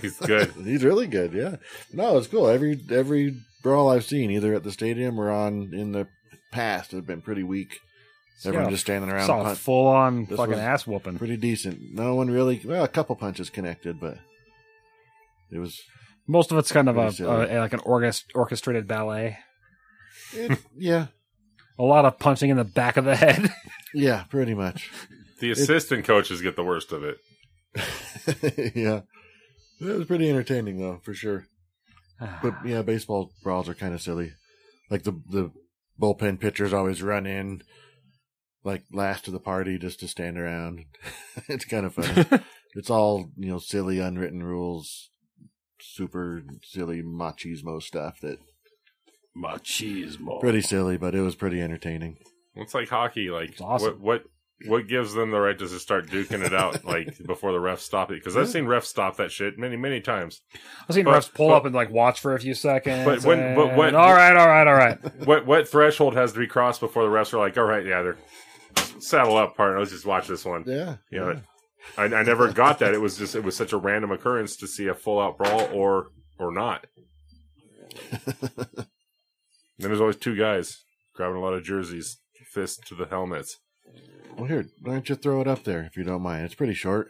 B: He's good.
D: He's really good. Yeah. No, it's cool. Every every brawl I've seen, either at the stadium or on in the past, have been pretty weak. Everyone
E: Yeah.
D: just standing around.
E: Saw a
D: punt-
E: full on
D: This
E: fucking
D: was-
E: ass whooping.
D: pretty decent. No one really. Well, a couple punches connected, but it was.
E: Most of it's kind of
D: Pretty
E: a,
D: silly.
E: a like an orchest- orchestrated ballet.
D: It, yeah,
E: A lot of punching in the back of the head.
D: yeah, pretty much.
B: The assistant coaches get the worst of it.
D: yeah, it was pretty entertaining though, for sure. But yeah, baseball brawls are kind of silly. Like the the bullpen pitchers always run in, like last to the party, just to stand around. it's kind of funny. it's all you know, silly unwritten rules, super silly machismo stuff that
C: Machismo.
D: pretty silly, but it was pretty entertaining.
B: It's like hockey. Like
E: awesome.
B: what what what gives them the right to just start duking it out like before the refs stop it? Because I've seen refs stop that shit many many times.
E: I've seen
B: But-
E: refs pull
B: but-
E: up and like watch for a few seconds.
B: But when- but when-
E: and, all right, all right, all right.
B: What what threshold has to be crossed before the refs are like, all right, yeah, they're saddle up, partner. Let's just watch this one.
D: Yeah,
B: You know, I, I never got that. It was just it was such a random occurrence to see a full out brawl or or not. then there's always two guys grabbing a lot of jerseys, fist to the helmets.
D: Well, here, why don't you throw it up there if you don't mind? It's pretty short.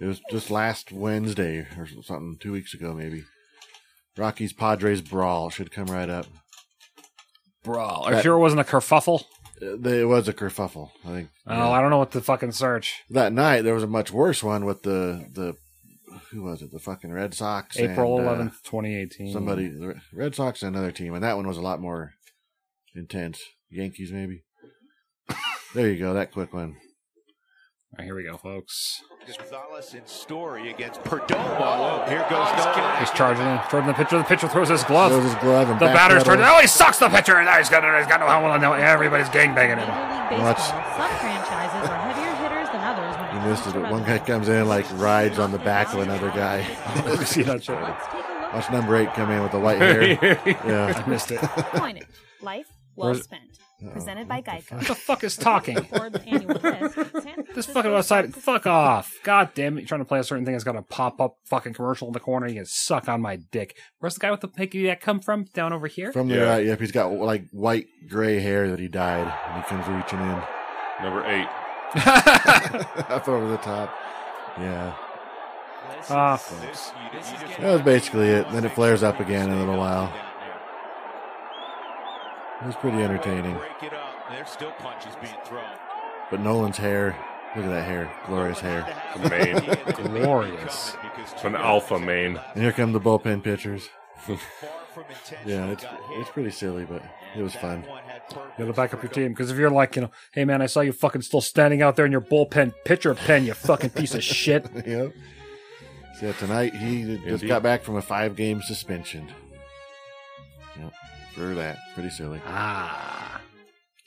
D: It was just last Wednesday or something, two weeks ago maybe. Rockies Padres brawl should come right up.
E: Brawl. Are you sure it wasn't a kerfuffle?
D: Uh, It was a kerfuffle, I think.
E: Oh, I don't know what to fucking search.
D: That night there was a much worse one with the the who was it? The fucking Red Sox. and,
E: April
D: uh,
E: 11th, 2018.
D: somebody, the Re- Red Sox, and another team, and that one was a lot more intense. Yankees maybe. there you go, that quick one.
E: All right, here we go, folks.
J: Gonzalez in Story against Perdomo. Here goes Nolan.
E: He's charging in. Charging the pitcher. The pitcher throws his glove.
D: Throws his glove and
E: Oh, the
D: backpedals.
E: batter's turning. Oh, he sucks the pitcher. And now he's got, he's got no helmet on. Now everybody's gangbanging
K: In
E: him.
K: Major League
D: Well, that's-
K: Baseball, some franchises are heavier hitters than others when it
D: And this
K: comes
D: is
K: to
D: it. One guy
K: resume.
D: comes in like rides on the back of another guy.
E: You see that shit?
K: Let's take a look.
D: Watch number eight come in with the white hair.
E: I
D: Yeah.
E: missed it. What
K: Disappointed. Life well
E: Where's-
K: spent. Presented by Geico.
E: the fuck is talking?
K: Forbes annual list. San
E: This
K: Francisco
E: fucking website,
K: focuses-
E: fuck off. God damn it. You're trying to play a certain thing. It's got a pop up fucking commercial in the corner. You can suck on my dick. Where's the guy with the piggy that come from? Down over here?
D: From the
B: Yeah.
D: right, yep, he's got like white gray hair that he dyed, and he comes reaching in
B: Number eight.
D: up over the top. Yeah,
E: Ah,
D: that was basically it. Then it flares up again in a little while. It was pretty entertaining. But Nolan's hair, look at that hair, glorious hair.
B: A main.
E: glorious.
B: An alpha main.
D: And here come the bullpen pitchers. Yeah, it's it's pretty silly, but it was fun.
E: You gotta back up your team. Because if you're like, you know, hey man, I saw you fucking still standing out there in your bullpen pitcher pen, you fucking piece of shit.
D: yep. So yeah, tonight he just
B: Indeed.
D: got back from a five game suspension. Yep. For that. Pretty silly.
E: Ah.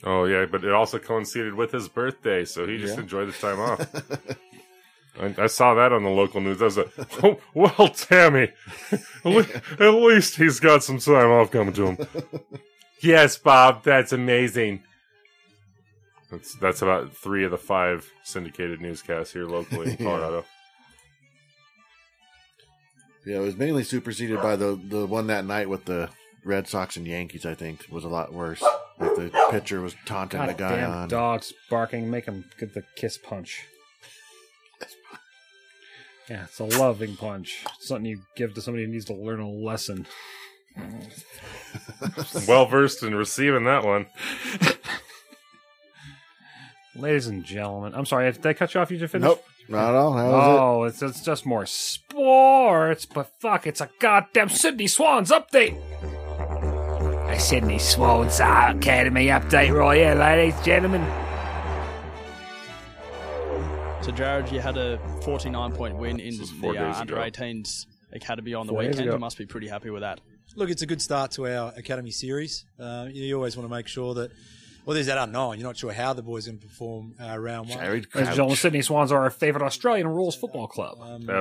B: Oh yeah, but it also coincided with his birthday, so he just
D: Yeah.
B: enjoyed his time off. I, I saw that on the local news. I was like, oh, well, Tammy, at le- at least he's got some time off coming to him. yes, Bob, that's amazing. That's that's about three of the five syndicated newscasts here locally in
D: Yeah.
B: Colorado.
D: Yeah, it was mainly superseded by the the one that night with the Red Sox and Yankees, I think, was a lot worse. Like the pitcher was taunting the
E: God
D: guy
E: damn
D: on.
E: dogs barking. Make him get the kiss punch. Yeah, it's a loving punch. Something you give to somebody who needs to learn a lesson.
B: well versed in receiving that one.
E: Ladies and gentlemen, I'm sorry, did I cut you off? You just finished?
D: Nope. Not at all. That was
E: Oh, it's, it's just more sports, but fuck, it's a goddamn Sydney Swans update. A Sydney Swans Academy update right here, ladies and gentlemen.
L: So Jared, you had a 49 point win in
B: was
L: the
B: four
L: uh,
B: days
L: under
B: ago.
L: 18s academy on the
M: Four days
L: weekend.
M: ago.
L: You must be pretty happy with that.
M: Look, it's a good start to our academy series. Uh, you, you always want to make sure that, well, there's that unknown. You're not sure how the boys can perform uh, round one.
E: Ladies and gentlemen, Sydney Swans are our favourite Australian rules football club.
M: They,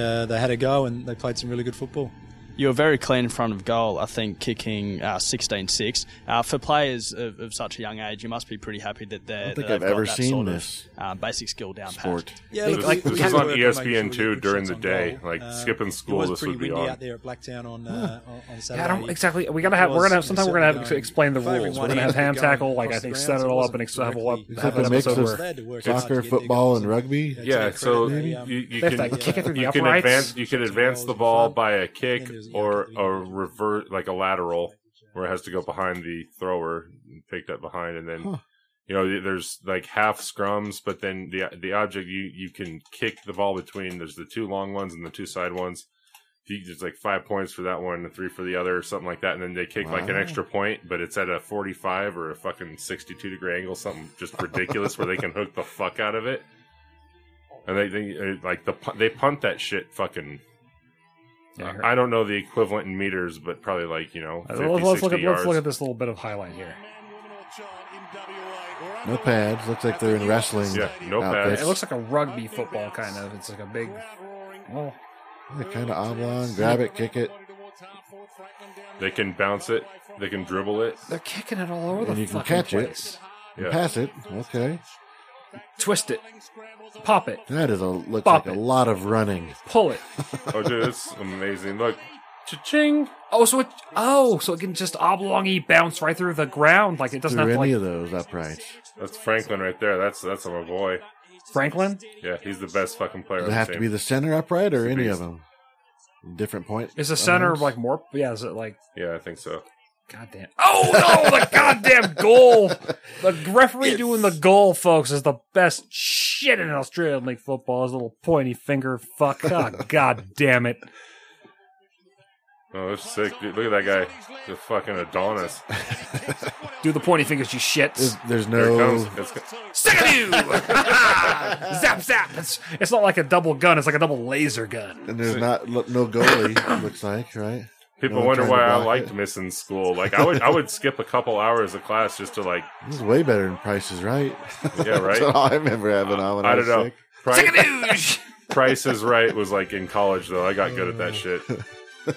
M: uh, they had a go and they played some really good football.
L: You were very clean in front of goal, I think, kicking uh, 16-6. Uh, for players of, of such a young age, you must be pretty happy that they're.
D: don't think
L: that
D: I've
L: they've got
D: ever
L: that
D: seen
L: sort of,
D: this
L: uh, basic skill down
D: sport.
L: pat.
M: Yeah,
B: this
M: look,
B: is,
M: we-
B: this
M: we
B: is
M: had
B: on E
M: to work on making
B: ESPN
M: sure
B: two during the
M: shots on
B: day.
M: goal.
B: Like
M: Uh,
B: skipping
M: It
B: school,
M: was
B: this
M: pretty
B: would be
M: windy
B: on.
M: out there at Blacktown on uh, on- on Saturday.
E: Yeah, I don't exactly. We gotta
M: It
E: have. We're
M: was-
E: gonna have sometimes.
M: it
E: We're gonna have
M: certainly,
E: to
M: um,
E: explain the
M: favouring
E: rules. We're
M: one
E: gonna
M: end,
E: have ham
M: going
E: tackle. Like I
M: across the
E: think
M: ground,
E: set
M: so
E: it
M: it
E: all up
M: wasn't
E: and ex- have a
M: directly-
E: have
D: It's
E: an
D: a mix
E: episode
D: of
E: where
D: soccer, football, and rugby.
B: Yeah, so you,
D: maybe.
B: you
E: They
B: can
E: have to kick it through the
B: you can
E: uprights.
B: advance you can advance the ball by a kick or a revert like a lateral where it has to go behind the thrower, picked up behind, and then
D: Huh.
B: you know there's like half scrums, but then the the object you you can kick the ball between. There's the two long ones and the two side ones. You- There's like five points for that one and three for the other, or something like that, and then they kick like an
D: Wow.
B: extra point, but it's at a 45 or a fucking 62 degree angle, something just ridiculous where they can hook the fuck out of it. And they, they uh, like the pu- they punt that shit fucking. I don't know the equivalent in meters, but probably like you know. 50,
E: let's, let's look
B: 60
E: at
B: yards.
E: let's look at this little bit of highlight here.
D: No pads. Looks like they're in wrestling.
B: Yeah, no
D: outfits.
E: It looks like a rugby football kind of. It's like a big. Well,
D: They're kind of oblong. Grab it, kick it,
B: They can bounce it. They can dribble it.
E: they're kicking it all over
D: and
E: the
D: you can
E: fucking
D: catch
E: place.
D: it. and
B: Yeah.
D: Pass it. Okay.
E: Twist it, pop it,
D: That is a looks
E: Bop
D: like
E: it.
D: a lot of running.
E: pull it.
B: Oh, dude, it's amazing. Look,
E: Cha-ching! Oh, so it oh, so it can just oblongy bounce right through the ground, like it doesn't
D: Through
E: have
D: any
E: to like
D: of those uprights.
B: that's Franklin right there. That's that's my boy.
E: Franklin.
B: Yeah, he's the best fucking player.
D: Does
B: on
D: it
B: the
D: have
B: team.
D: to be the center upright or any of them? Different point.
E: Is the center
D: arms?
E: like more? Yeah, is it like
B: Yeah, I think so.
E: goddamn? Oh no, the goddamn goal! The referee doing the goal, folks, is the best shit in Australian league football. His little pointy finger, fuck. Ah, God damn it!
B: Oh, that's sick, dude. Look at that guy. The fucking Adonis.
E: Do the pointy fingers, you shits.
D: There's, there's
B: Here it
D: no.
B: comes. It's-
E: Sick of you! zap, zap! It's, it's not like a double gun. It's like a double laser gun.
D: And there's not lo- no goalie. looks like right.
B: People
D: No one
B: wonder
D: trying to
B: why I
D: block
B: liked
D: it.
B: missing school. Like I would, I would skip a couple hours of class just to like,
D: This is way better than Price is Right.
B: yeah,
D: That's
B: right.
D: all I remember having on when I,
B: I
D: was
B: don't know.
D: sick.
B: Price, Price is right was like in college though. I got good
D: Mm.
B: at that shit.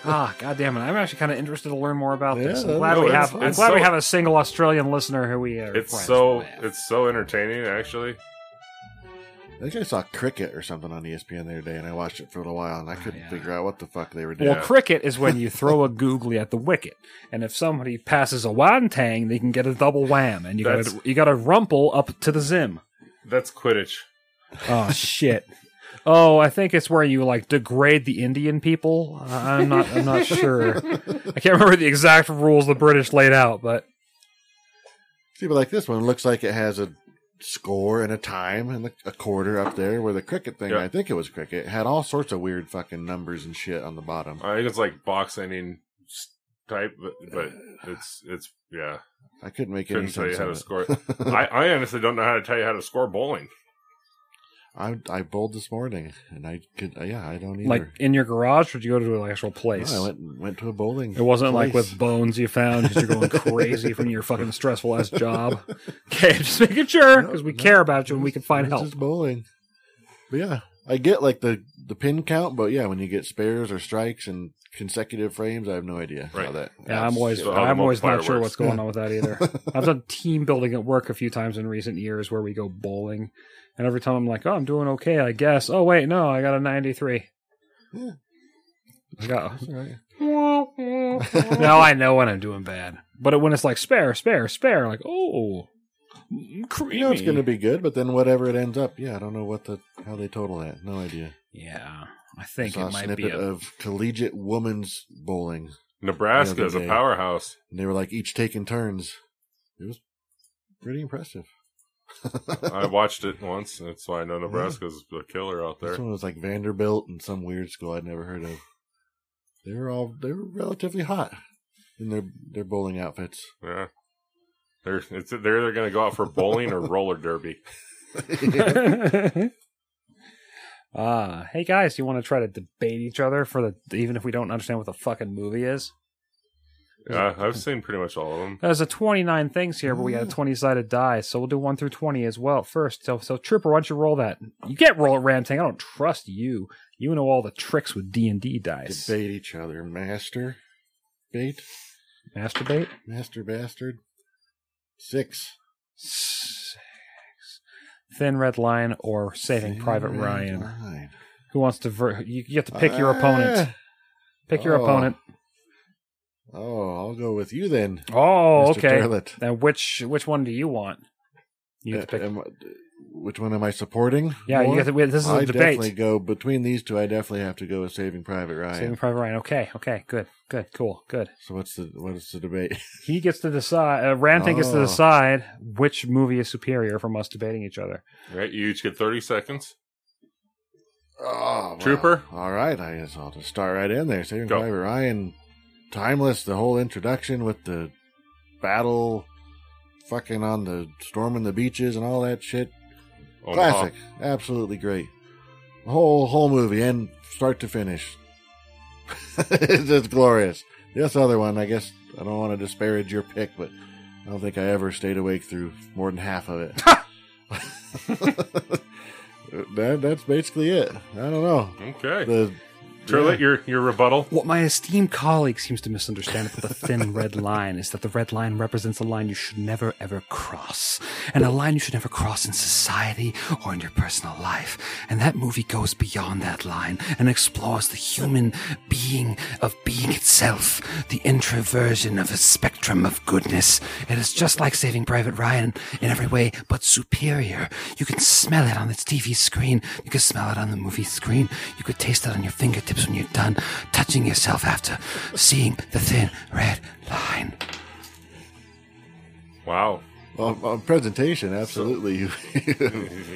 E: ah, god damn it. I'm actually kind of interested to learn more about this.
D: Yeah,
E: I'm glad,
B: no,
E: we,
B: it's-
E: have, I'm
B: it's
E: glad we
B: so-
E: have a single Australian listener who we are.
B: It's
E: friends
B: so,
E: with.
B: it's so entertaining actually.
D: I think I saw cricket or something on E ESPN the other day, and I watched it for a little while, and I couldn't
E: yeah.
D: figure out what the fuck they were doing.
E: Well, cricket is when you throw a googly at the wicket, and if somebody passes a wantang, they can get a double wham, and you got
B: That's-
E: you got to rumple up to the zim.
B: That's Quidditch.
E: Oh shit! Oh, I think it's where you like degrade the Indian people. Uh, I'm not. I'm not sure. I can't remember the exact rules the British laid out, but
D: See, but like this one looks like it has a score and a time and a- a quarter up there where the cricket thing,
B: Yeah.
D: I think it was cricket, had all sorts of weird fucking numbers and shit on the bottom.
B: I think it's like box inning s- type, but, but it's it's yeah.
D: I couldn't make any
B: Couldn't tell you
D: sense
B: how
D: of
B: to
D: it.
B: score. It. I, I honestly don't know how to tell you how to score bowling.
D: I I bowled this morning and I could yeah I don't either.
E: like in your garage, would you go to an actual
D: No,
E: place?
D: I went went to a bowling.
E: It wasn't like
D: place.
E: with bones you found because you're going crazy from your fucking stressful ass job. Okay, just making sure because we care about you and we can find
D: It's
E: help.
D: just bowling. But yeah, I get like the the pin count, but yeah, when you get spares or strikes and consecutive frames, I have no idea how
B: Right.
D: that.
E: Yeah, I'm always
B: So how
E: I'm
B: the
E: always not
B: multiplier
E: sure
B: works.
E: what's going on with that either. I've done team building at work a few times in recent years where we go bowling, and every time I'm like, "Oh, I'm doing okay, I guess." Oh wait, no, I got a 93.
D: Yeah.
E: I got.
D: That's all right.
E: now I know when I'm doing bad, but when it's like spare, spare, spare, like oh, creamy.
D: You know it's going to be good, but then whatever it ends up, yeah, I don't know what the how they total that. No idea.
E: Yeah, I
D: I
E: think
D: saw
E: it
D: a
E: might
D: snippet
E: be a
D: of collegiate women's bowling,
B: Nebraska is
D: The other
B: a
D: day.
B: powerhouse.
D: and they were like each taking turns. It was pretty impressive.
B: I watched it once. That's why I know Nebraska's a killer out there.
D: This one was like Vanderbilt and some weird school I'd never heard of. They were all they were relatively hot in their their bowling outfits.
B: Yeah. They're it's, they're either going to go out for bowling or roller derby.
D: yeah,
E: Uh, hey guys, you want to try to debate each other for the even if we don't understand what the fucking movie is?
B: Yeah, I've seen pretty much all of them.
E: There's a 29 things here, but we got a 20 sided die, so we'll do 1 through 20 as well first. So, so Trooper, why don't you roll that? You get roll it, Ramtang. I don't trust you. You know all the tricks with D and D dice.
D: Debate each other, master. Bait.
E: Masturbate.
D: Master bastard. Six.
E: Thin Red Line or Saving Private
D: Red
E: Ryan.
D: Line.
E: Who wants to? Ver- you, you have to pick your opponent.
D: Ah.
E: Pick your
D: Oh.
E: opponent.
D: Oh, I'll go with you then.
E: Oh,
D: Mr.
E: okay.
D: Turlet.
E: Now, which which one do you want? You have to pick.
D: Am I- which one am I supporting?
E: Yeah, you
D: more?
E: have to- this is a
D: I
E: debate.
D: definitely go between these two. I definitely have to go with Saving Private uh, Ryan.
E: Saving Private Ryan. Okay, okay, good, good, cool, good.
D: So what's the what is the debate?
E: He gets to decide. Uh, Ramtang gets to
B: Oh.
E: decide which movie is superior from us debating each other.
B: All right, you each get 30 seconds.
D: Oh,
B: Trooper?
D: All right, I guess I'll just start right in there. Saving
B: Go.
D: Private Ryan, timeless. The whole introduction with the battle, fucking on the storming the beaches and all that shit.
B: Omaha.
D: Classic, absolutely great. Whole whole movie and start to finish. it's just glorious. This other one, I guess I don't want to disparage your pick, but I don't think I ever stayed awake through more than half of it. that that's basically it. I don't know.
B: Okay.
D: The
B: Turlet, your your rebuttal.
E: What my esteemed colleague seems to misunderstand about the thin red line is that the red line represents a line you should never ever cross, and a line you should never cross in society or in your personal life. And that movie goes beyond that line and explores the human being of being itself, the introversion of a spectrum of goodness. It is just like Saving Private Ryan in every way, but superior. You can smell it on its TV screen. You can smell it on the movie screen. You could taste it on your fingertips when you're done touching yourself after seeing the thin red line.
B: Wow.
D: Well, on presentation, absolutely.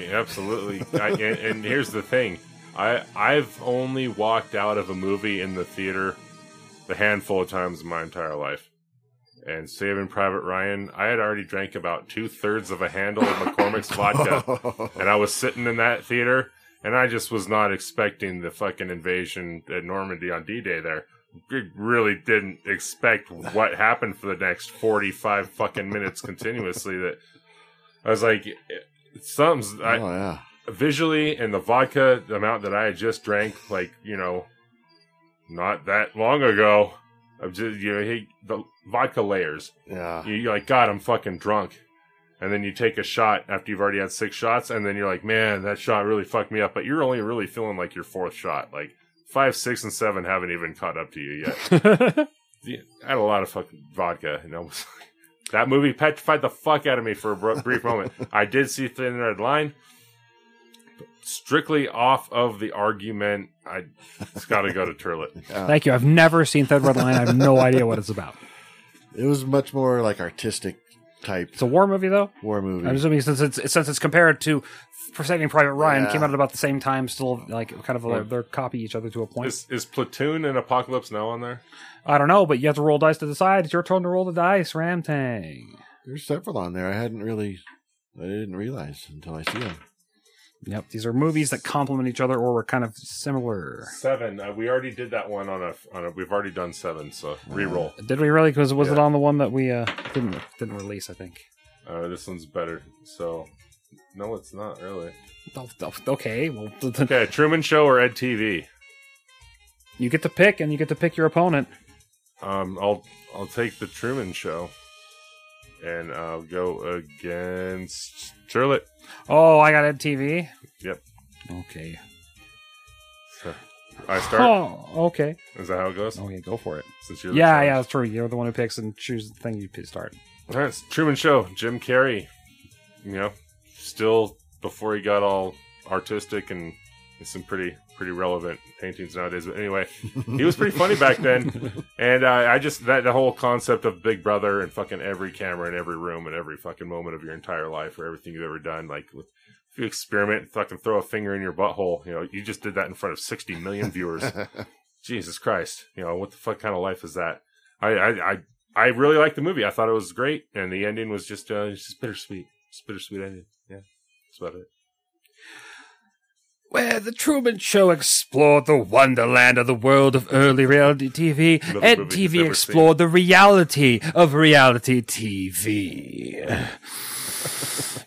B: Absolutely. I, and, and here's the thing I, I've only walked out of a movie in the theater a handful of times in my entire life. And Saving Private Ryan, I had already drank about two thirds of a handle of McCormick's vodka. And I was sitting in that theater, and I just was not expecting the fucking invasion at Normandy on D Day there. It really didn't expect what happened for the next 45 fucking minutes continuously that I was like, something's. I,
D: oh yeah.
B: visually and the vodka the amount that I had just drank, like you know, not that long ago. I'm just you know he, the vodka layers.
D: Yeah.
B: You, you're like God, I'm fucking drunk, and then you take a shot after you've already had six shots, and then you're like, man, that shot really fucked me up. But you're only really feeling like your fourth shot, like five, six, and seven haven't even caught up to you yet. Yeah, I had a lot of fucking vodka, and I was like, that movie petrified the fuck out of me for a br- brief moment. I did see Thin Red Line, strictly off of the argument, I it's got to go to Turlet.
E: Uh, Thank you. I've never seen Third Red Line. I have no idea what it's about.
D: It was much more like artistic type. It's
E: a war movie though.
D: War movie.
E: I'm assuming since it's since it's compared to For Saving Private Ryan,
D: Yeah.
E: came out at about the same time, still like kind of a, they're copy each other to a point.
B: Is, is Platoon and Apocalypse Now on there?
E: I don't know, but you have to roll dice to decide. It's your turn to roll the dice, Ramtang.
D: There's several on there. I hadn't really, I didn't realize until I see them.
E: Yep, these are movies that complement each other or were kind of similar.
B: Seven. Uh, we already did that one on a on a. We've already done seven,
E: Uh,
B: so re-roll.
E: Did we really? Because was it
B: Yeah.
E: on the one that we uh, didn't didn't release? I think.
B: Uh, this one's better. So no, it's not really.
E: Oh, oh, Okay, well,
B: okay. Truman Show or Ed TV?
E: You get to pick, and you get to pick your opponent.
B: Um, I'll I'll take the Truman Show, and I'll go against Turlet.
E: Oh, I got Ed TV.
B: Yep.
E: Okay.
B: So, I start.
E: Oh, okay.
B: Is that how it goes?
E: Okay, go for it.
B: Since you're the
E: Yeah,
B: challenge.
E: yeah, that's true. You're the one who picks and chooses the thing you p- start.
B: All right, it's Truman Show. Jim Carrey, you know, still before he got all artistic and there's some pretty pretty relevant paintings nowadays. But anyway, he was pretty funny back then, and uh, I just that the whole concept of Big Brother and fucking every camera in every room and every fucking moment of your entire life or everything you've ever done, like with. If you experiment, and fucking throw a finger in your butthole. You know, you just did that in front of 60 million viewers. Jesus Christ! You know what the fuck kind of life is that? I I I, I really liked the movie. I thought it was great, and the ending was just uh, it's just bittersweet. It's a bittersweet ending. Yeah, that's about it.
E: where the Truman Show explored the wonderland of the world of early reality TV,
C: Another
E: and
C: movie he's
E: TV
C: never
E: explored the reality of reality TV.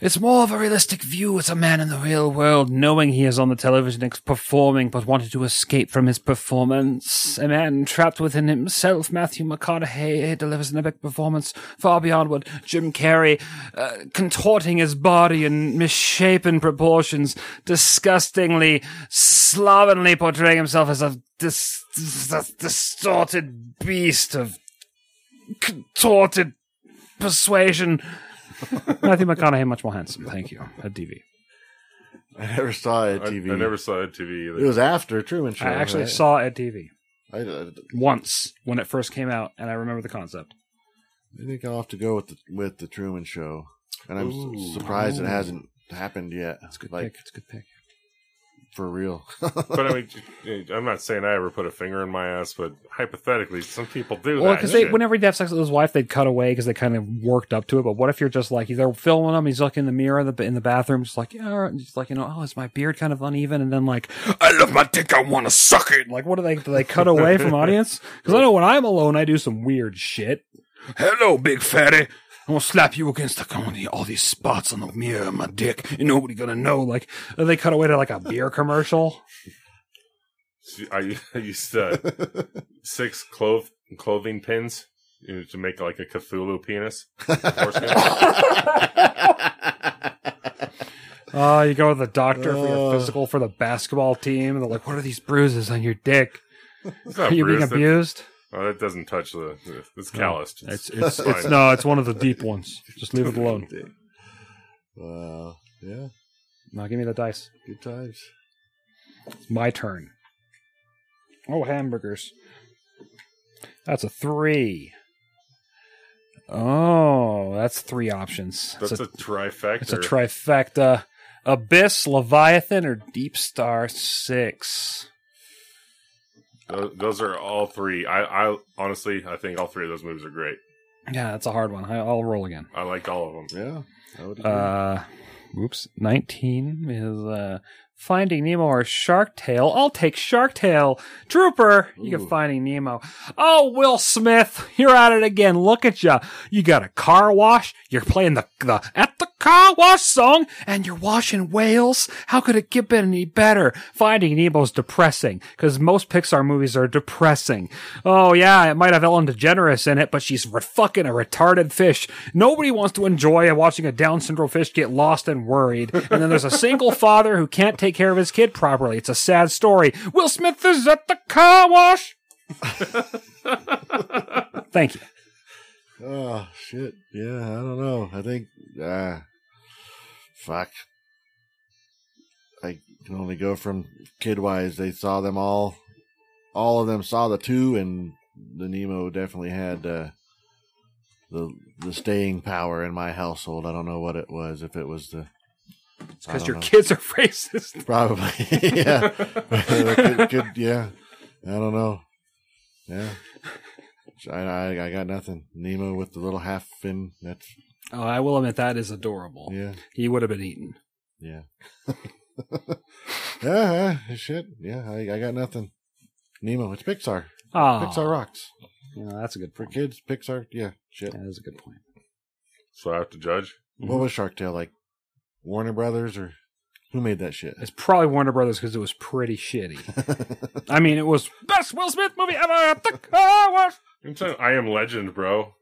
E: It's more of a realistic view as a man in the real world, knowing he is on the television ex- performing, but wanting to escape from his performance. A man trapped within himself, Matthew McConaughey delivers an epic performance far beyond what Jim Carrey, uh, contorting his body in misshapen proportions, disgustingly, slovenly portraying himself as a dis- dis- distorted beast of contorted persuasion. Matthew McConaughey much more handsome. Thank you. At DV.
D: I never saw it
B: I,
D: TV.
B: I never saw it TV either.
D: It was after Truman Show.
E: I actually
D: right?
E: saw it at TV
D: I, I
E: once when it first came out, and I remember the concept.
D: I think I'll have to go with the with the Truman Show, and I'm s-
E: Ooh.
D: surprised
E: Ooh.
D: it hasn't happened yet. It's
E: good
D: like,
E: pick. It's a good pick.
D: for real.
B: but I mean, I'm not saying I ever put a finger in my ass, but hypothetically, some people do
E: Well,
B: that.
E: because they,
B: shit.
E: whenever he'd have sex with his wife, they'd cut away because they kind of worked up to it. But what if you're just like they're filming him? He's like in the mirror in the, in the bathroom, just like yeah, all right," and just like you know, oh, is my beard kind of uneven? And then like, I love my dick, I want to suck it. Like, what do they do? They cut away from audience because I know when I'm alone, I do some weird shit.
C: Hello, big fatty. I'm gonna slap you against the all the- all these spots on the mirror of my dick, and nobody gonna know. Like,
E: Like they cut away to like a beer commercial.
B: I, I used uh, six clove clothing pins you know, to make like a Cthulhu penis.
E: Oh, you go to the doctor for your
B: Uh.
E: physical for the basketball team, and they're like, "What are these bruises on your dick?
B: It's
E: Are
B: not
E: you being
B: bruised. That-
E: abused?"
B: Oh, that doesn't touch the. It's
E: Oh,
B: calloused.
E: It's it's, it's no, it's one of the deep ones. Just leave it alone.
D: Wow. Uh, Yeah.
E: Now give me the dice.
D: Good times.
E: It's my turn. Oh, hamburgers. That's a three. Oh, that's three options. It's
B: That's a, trifecta.
E: It's a trifecta. Abyss, Leviathan, or Deep Star Six.
B: Tho- Those are all three. I, I honestly, I think all three of those movies are great.
E: Yeah, that's a hard one. I- I'll roll again.
B: I liked all of
D: them. Yeah.
E: Uh, oops. 19 is uh, Finding Nemo or Shark Tale. I'll take Shark Tale. Trooper, you
C: Ooh.
E: get Finding Nemo. Oh, Will Smith, you're at it again. Look at you. You got a car wash. You're playing the, the at the car wash song and you're washing whales. How could it get any better? Finding Nemo's depressing because most Pixar movies are depressing. Oh yeah, it might have Ellen DeGeneres in it, but she's re- fucking a retarded fish. Nobody wants to enjoy watching a Down syndrome fish get lost and worried. And then there's a single father who can't take care of his kid properly. It's a sad story. Will Smith is at the car wash. Thank you.
D: Oh shit. Yeah. I don't know. I think. Uh, fuck. I can only go from kid wise. They saw them all. All of them saw the two, and the Nemo definitely had uh, the the staying power in my household. I don't know what it was. If it was the. It's
E: because your kids are racist.
D: Probably. yeah. Could- could- yeah. I don't know. Yeah. So I, I I got nothing. Nemo with the little half fin. That's
E: Oh, I will admit that is adorable.
D: Yeah.
E: He would have been eaten.
D: yeah. yeah. yeah, Shit. Yeah. I, I got nothing. Nemo. It's Pixar.
E: Ah.
D: Pixar rocks.
E: Yeah, that's a good
D: for kids. Pixar. Yeah. Shit.
E: that is a good point.
B: So I have to judge.
D: What was Shark Tale like? Warner Brothers or who made that shit?
E: It's probably Warner Brothers because it was pretty shitty. I mean, it was best Will Smith movie ever at the car wash.
B: I'm saying I am Legend, bro.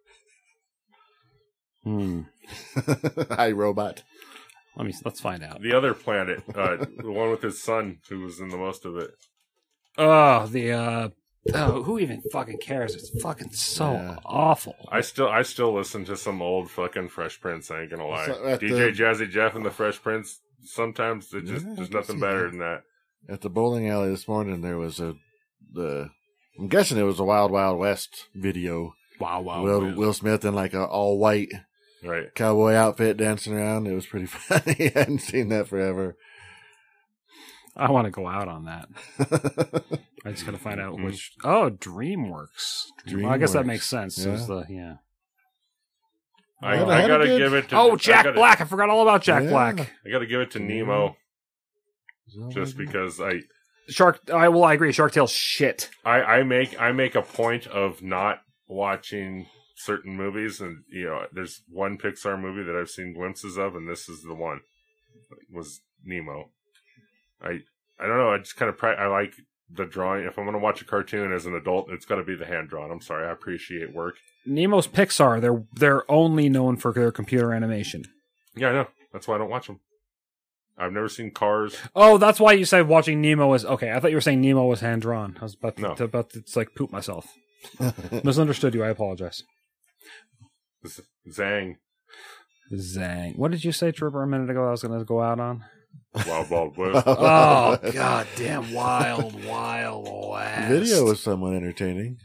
E: Hmm.
D: Hi, robot.
E: Let me let's find out.
B: The other planet, uh, the one with his son, who was in the most of it.
E: Oh, the uh, oh, who even fucking cares? It's fucking so awful.
B: I still, I still listen to some old fucking Fresh Prince. I ain't gonna lie.
D: So at
B: DJ
D: the-
B: Jazzy Jeff and the Fresh Prince. Sometimes it just,
D: uh, Yeah, I
B: there's
D: can
B: nothing
D: see
B: better
D: that.
B: than that.
D: at the bowling alley this morning there was a the I'm guessing it was a Wild Wild West video.
E: Wow, wow.
D: Will, Will Smith in like a all white
B: right
D: cowboy outfit dancing around. It was pretty funny. I hadn't seen that forever.
E: I want to go out on that. I just gotta find out which. Oh, DreamWorks. Well, I guess that
D: Mm-hmm. DreamWorks,
E: makes sense. It was
D: yeah.
E: the yeah.
B: I,
E: Oh.
B: I gotta give it to.
E: oh
B: I
E: Jack
B: gotta-
D: Mm-hmm.
E: Black. I forgot all about Jack Black.
B: I gotta give it to Nemo. just because I
E: Shark. I well, I agree. Shark Tale shit.
B: I, I make I make a point of not watching certain movies, and you know, there's one Pixar movie that I've seen glimpses of, and this is the one was Nemo. I I don't know. I just kind of pri- I like the drawing. If I'm gonna watch a cartoon as an adult, it's got to be the hand drawn. I'm sorry, I appreciate work.
E: Nemo's Pixar. They're they're only known for their computer animation.
B: Yeah, I know. That's why I don't watch them. I've never seen Cars.
E: Oh, that's why you said watching Nemo was okay. I thought you were saying Nemo was hand drawn. I was about to,
B: No.
E: to- about to like poop myself. Misunderstood you. I apologize.
B: Z- Zang,
E: Zang. What did you say, Trooper, a minute ago? I was going to go out on.
B: Wild Wild West.
E: oh God damn! Wild, wild west.
D: Video was somewhat entertaining.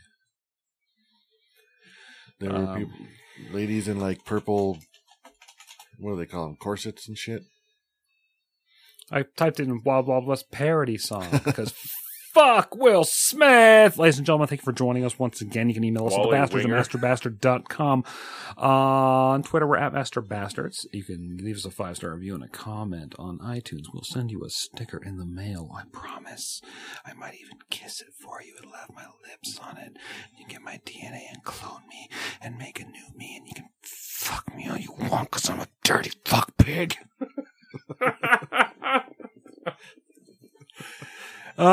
D: There were
E: Um,
D: people, ladies in like purple. What do they call them? Corsets and shit.
E: I typed in Wild Wild West parody song because fuck Will Smith. Ladies and gentlemen, thank you for joining us once again. You can email us
B: Wally
E: at the
B: Winger.
E: bastards at masterbastard.com. Uh, on Twitter, we're at masterbastards. You can leave us a five star review and a comment on iTunes. We'll send you a sticker in the mail. I promise. I might even kiss it for you. It'll have my lips on it. You get my DNA and clone me and make a new me, and you can fuck me all you want because I'm a dirty fuck pig. Uh,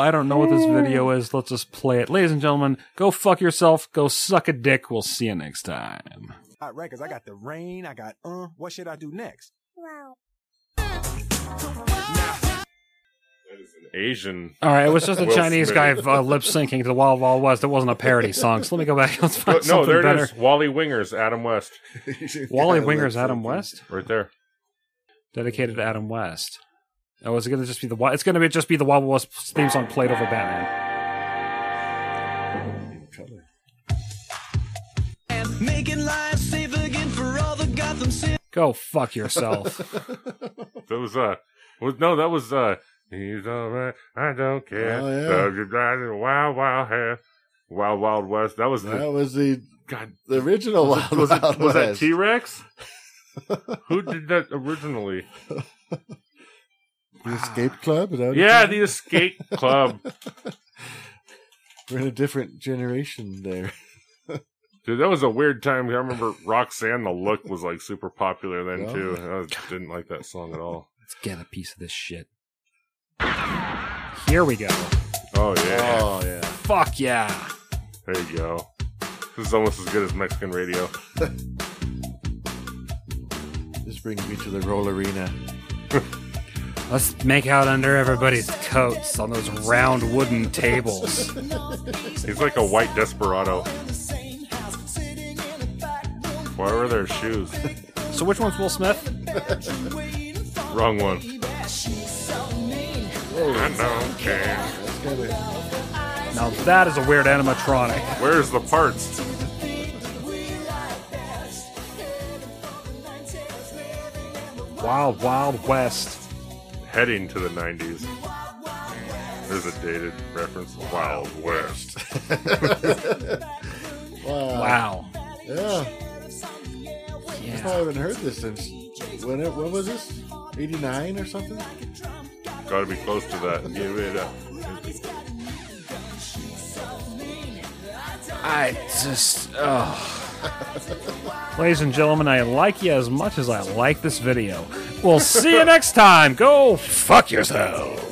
E: I don't know what this video is. Let's just play it. Ladies and gentlemen, go fuck yourself. Go suck a dick. We'll see you next time.
N: Hot records. I got the rain. I got uh. What should I do next?
B: Asian.
E: All right, it was just a
B: Will
E: Chinese
B: Smith.
E: guy uh, lip syncing to the Wild Wild West. It wasn't a parody song. So let me go back. Let's
B: No,
E: find
B: no,
E: something
B: there
E: better.
B: it is. Wally Wingers, Adam West.
E: Wally Winger's Adam West,
B: Right there.
E: dedicated to Adam West. Oh, is it going to just be the Wi- It's going to be just be the Wild Wild West theme song played over Batman.
O: Making life safe again for all the Gotham City.
E: Go fuck yourself.
B: That was uh was no, that was uh He's alright, I don't care.
D: Oh, yeah.
B: Doug is driving wild, wild hair. Wild Wild West. That was the
D: That was the
B: God.
D: The original
B: was,
D: Wild
B: it, was, it-
D: Wild
B: was that
D: West.
B: T Rex? Who did that originally?
D: The Escape Club. Is that what
B: Yeah,
D: it's
B: the
D: called?
B: Escape Club.
D: We're in a different generation there.
B: Dude, that was a weird time. I remember Roxanne the Look was like super popular then
D: Yeah.
B: too. and I didn't like that song at all.
E: Let's get a piece of this shit. Here we go.
B: Oh yeah.
D: Oh yeah.
E: Fuck yeah.
B: There you go. This is almost as good as Mexican radio.
D: This brings me to the roll arena.
E: Let's make out under everybody's coats on those round wooden tables.
B: He's like a white desperado. Why were there shoes?
E: So which one's Will Smith?
B: Wrong one. I don't care.
E: Now that is a weird animatronic.
B: Where's the parts?
E: Wild Wild West.
B: Heading to the 90s. There's a dated reference. Wild West.
E: Oh. Wow.
D: Yeah. I haven't heard this since when? It, when was this? Eighty nine or something?
B: Gotta be close to that. Give it up.
E: I just. Ladies and gentlemen, I like you as much as I like this video. We'll see you next time. Go fuck yourself.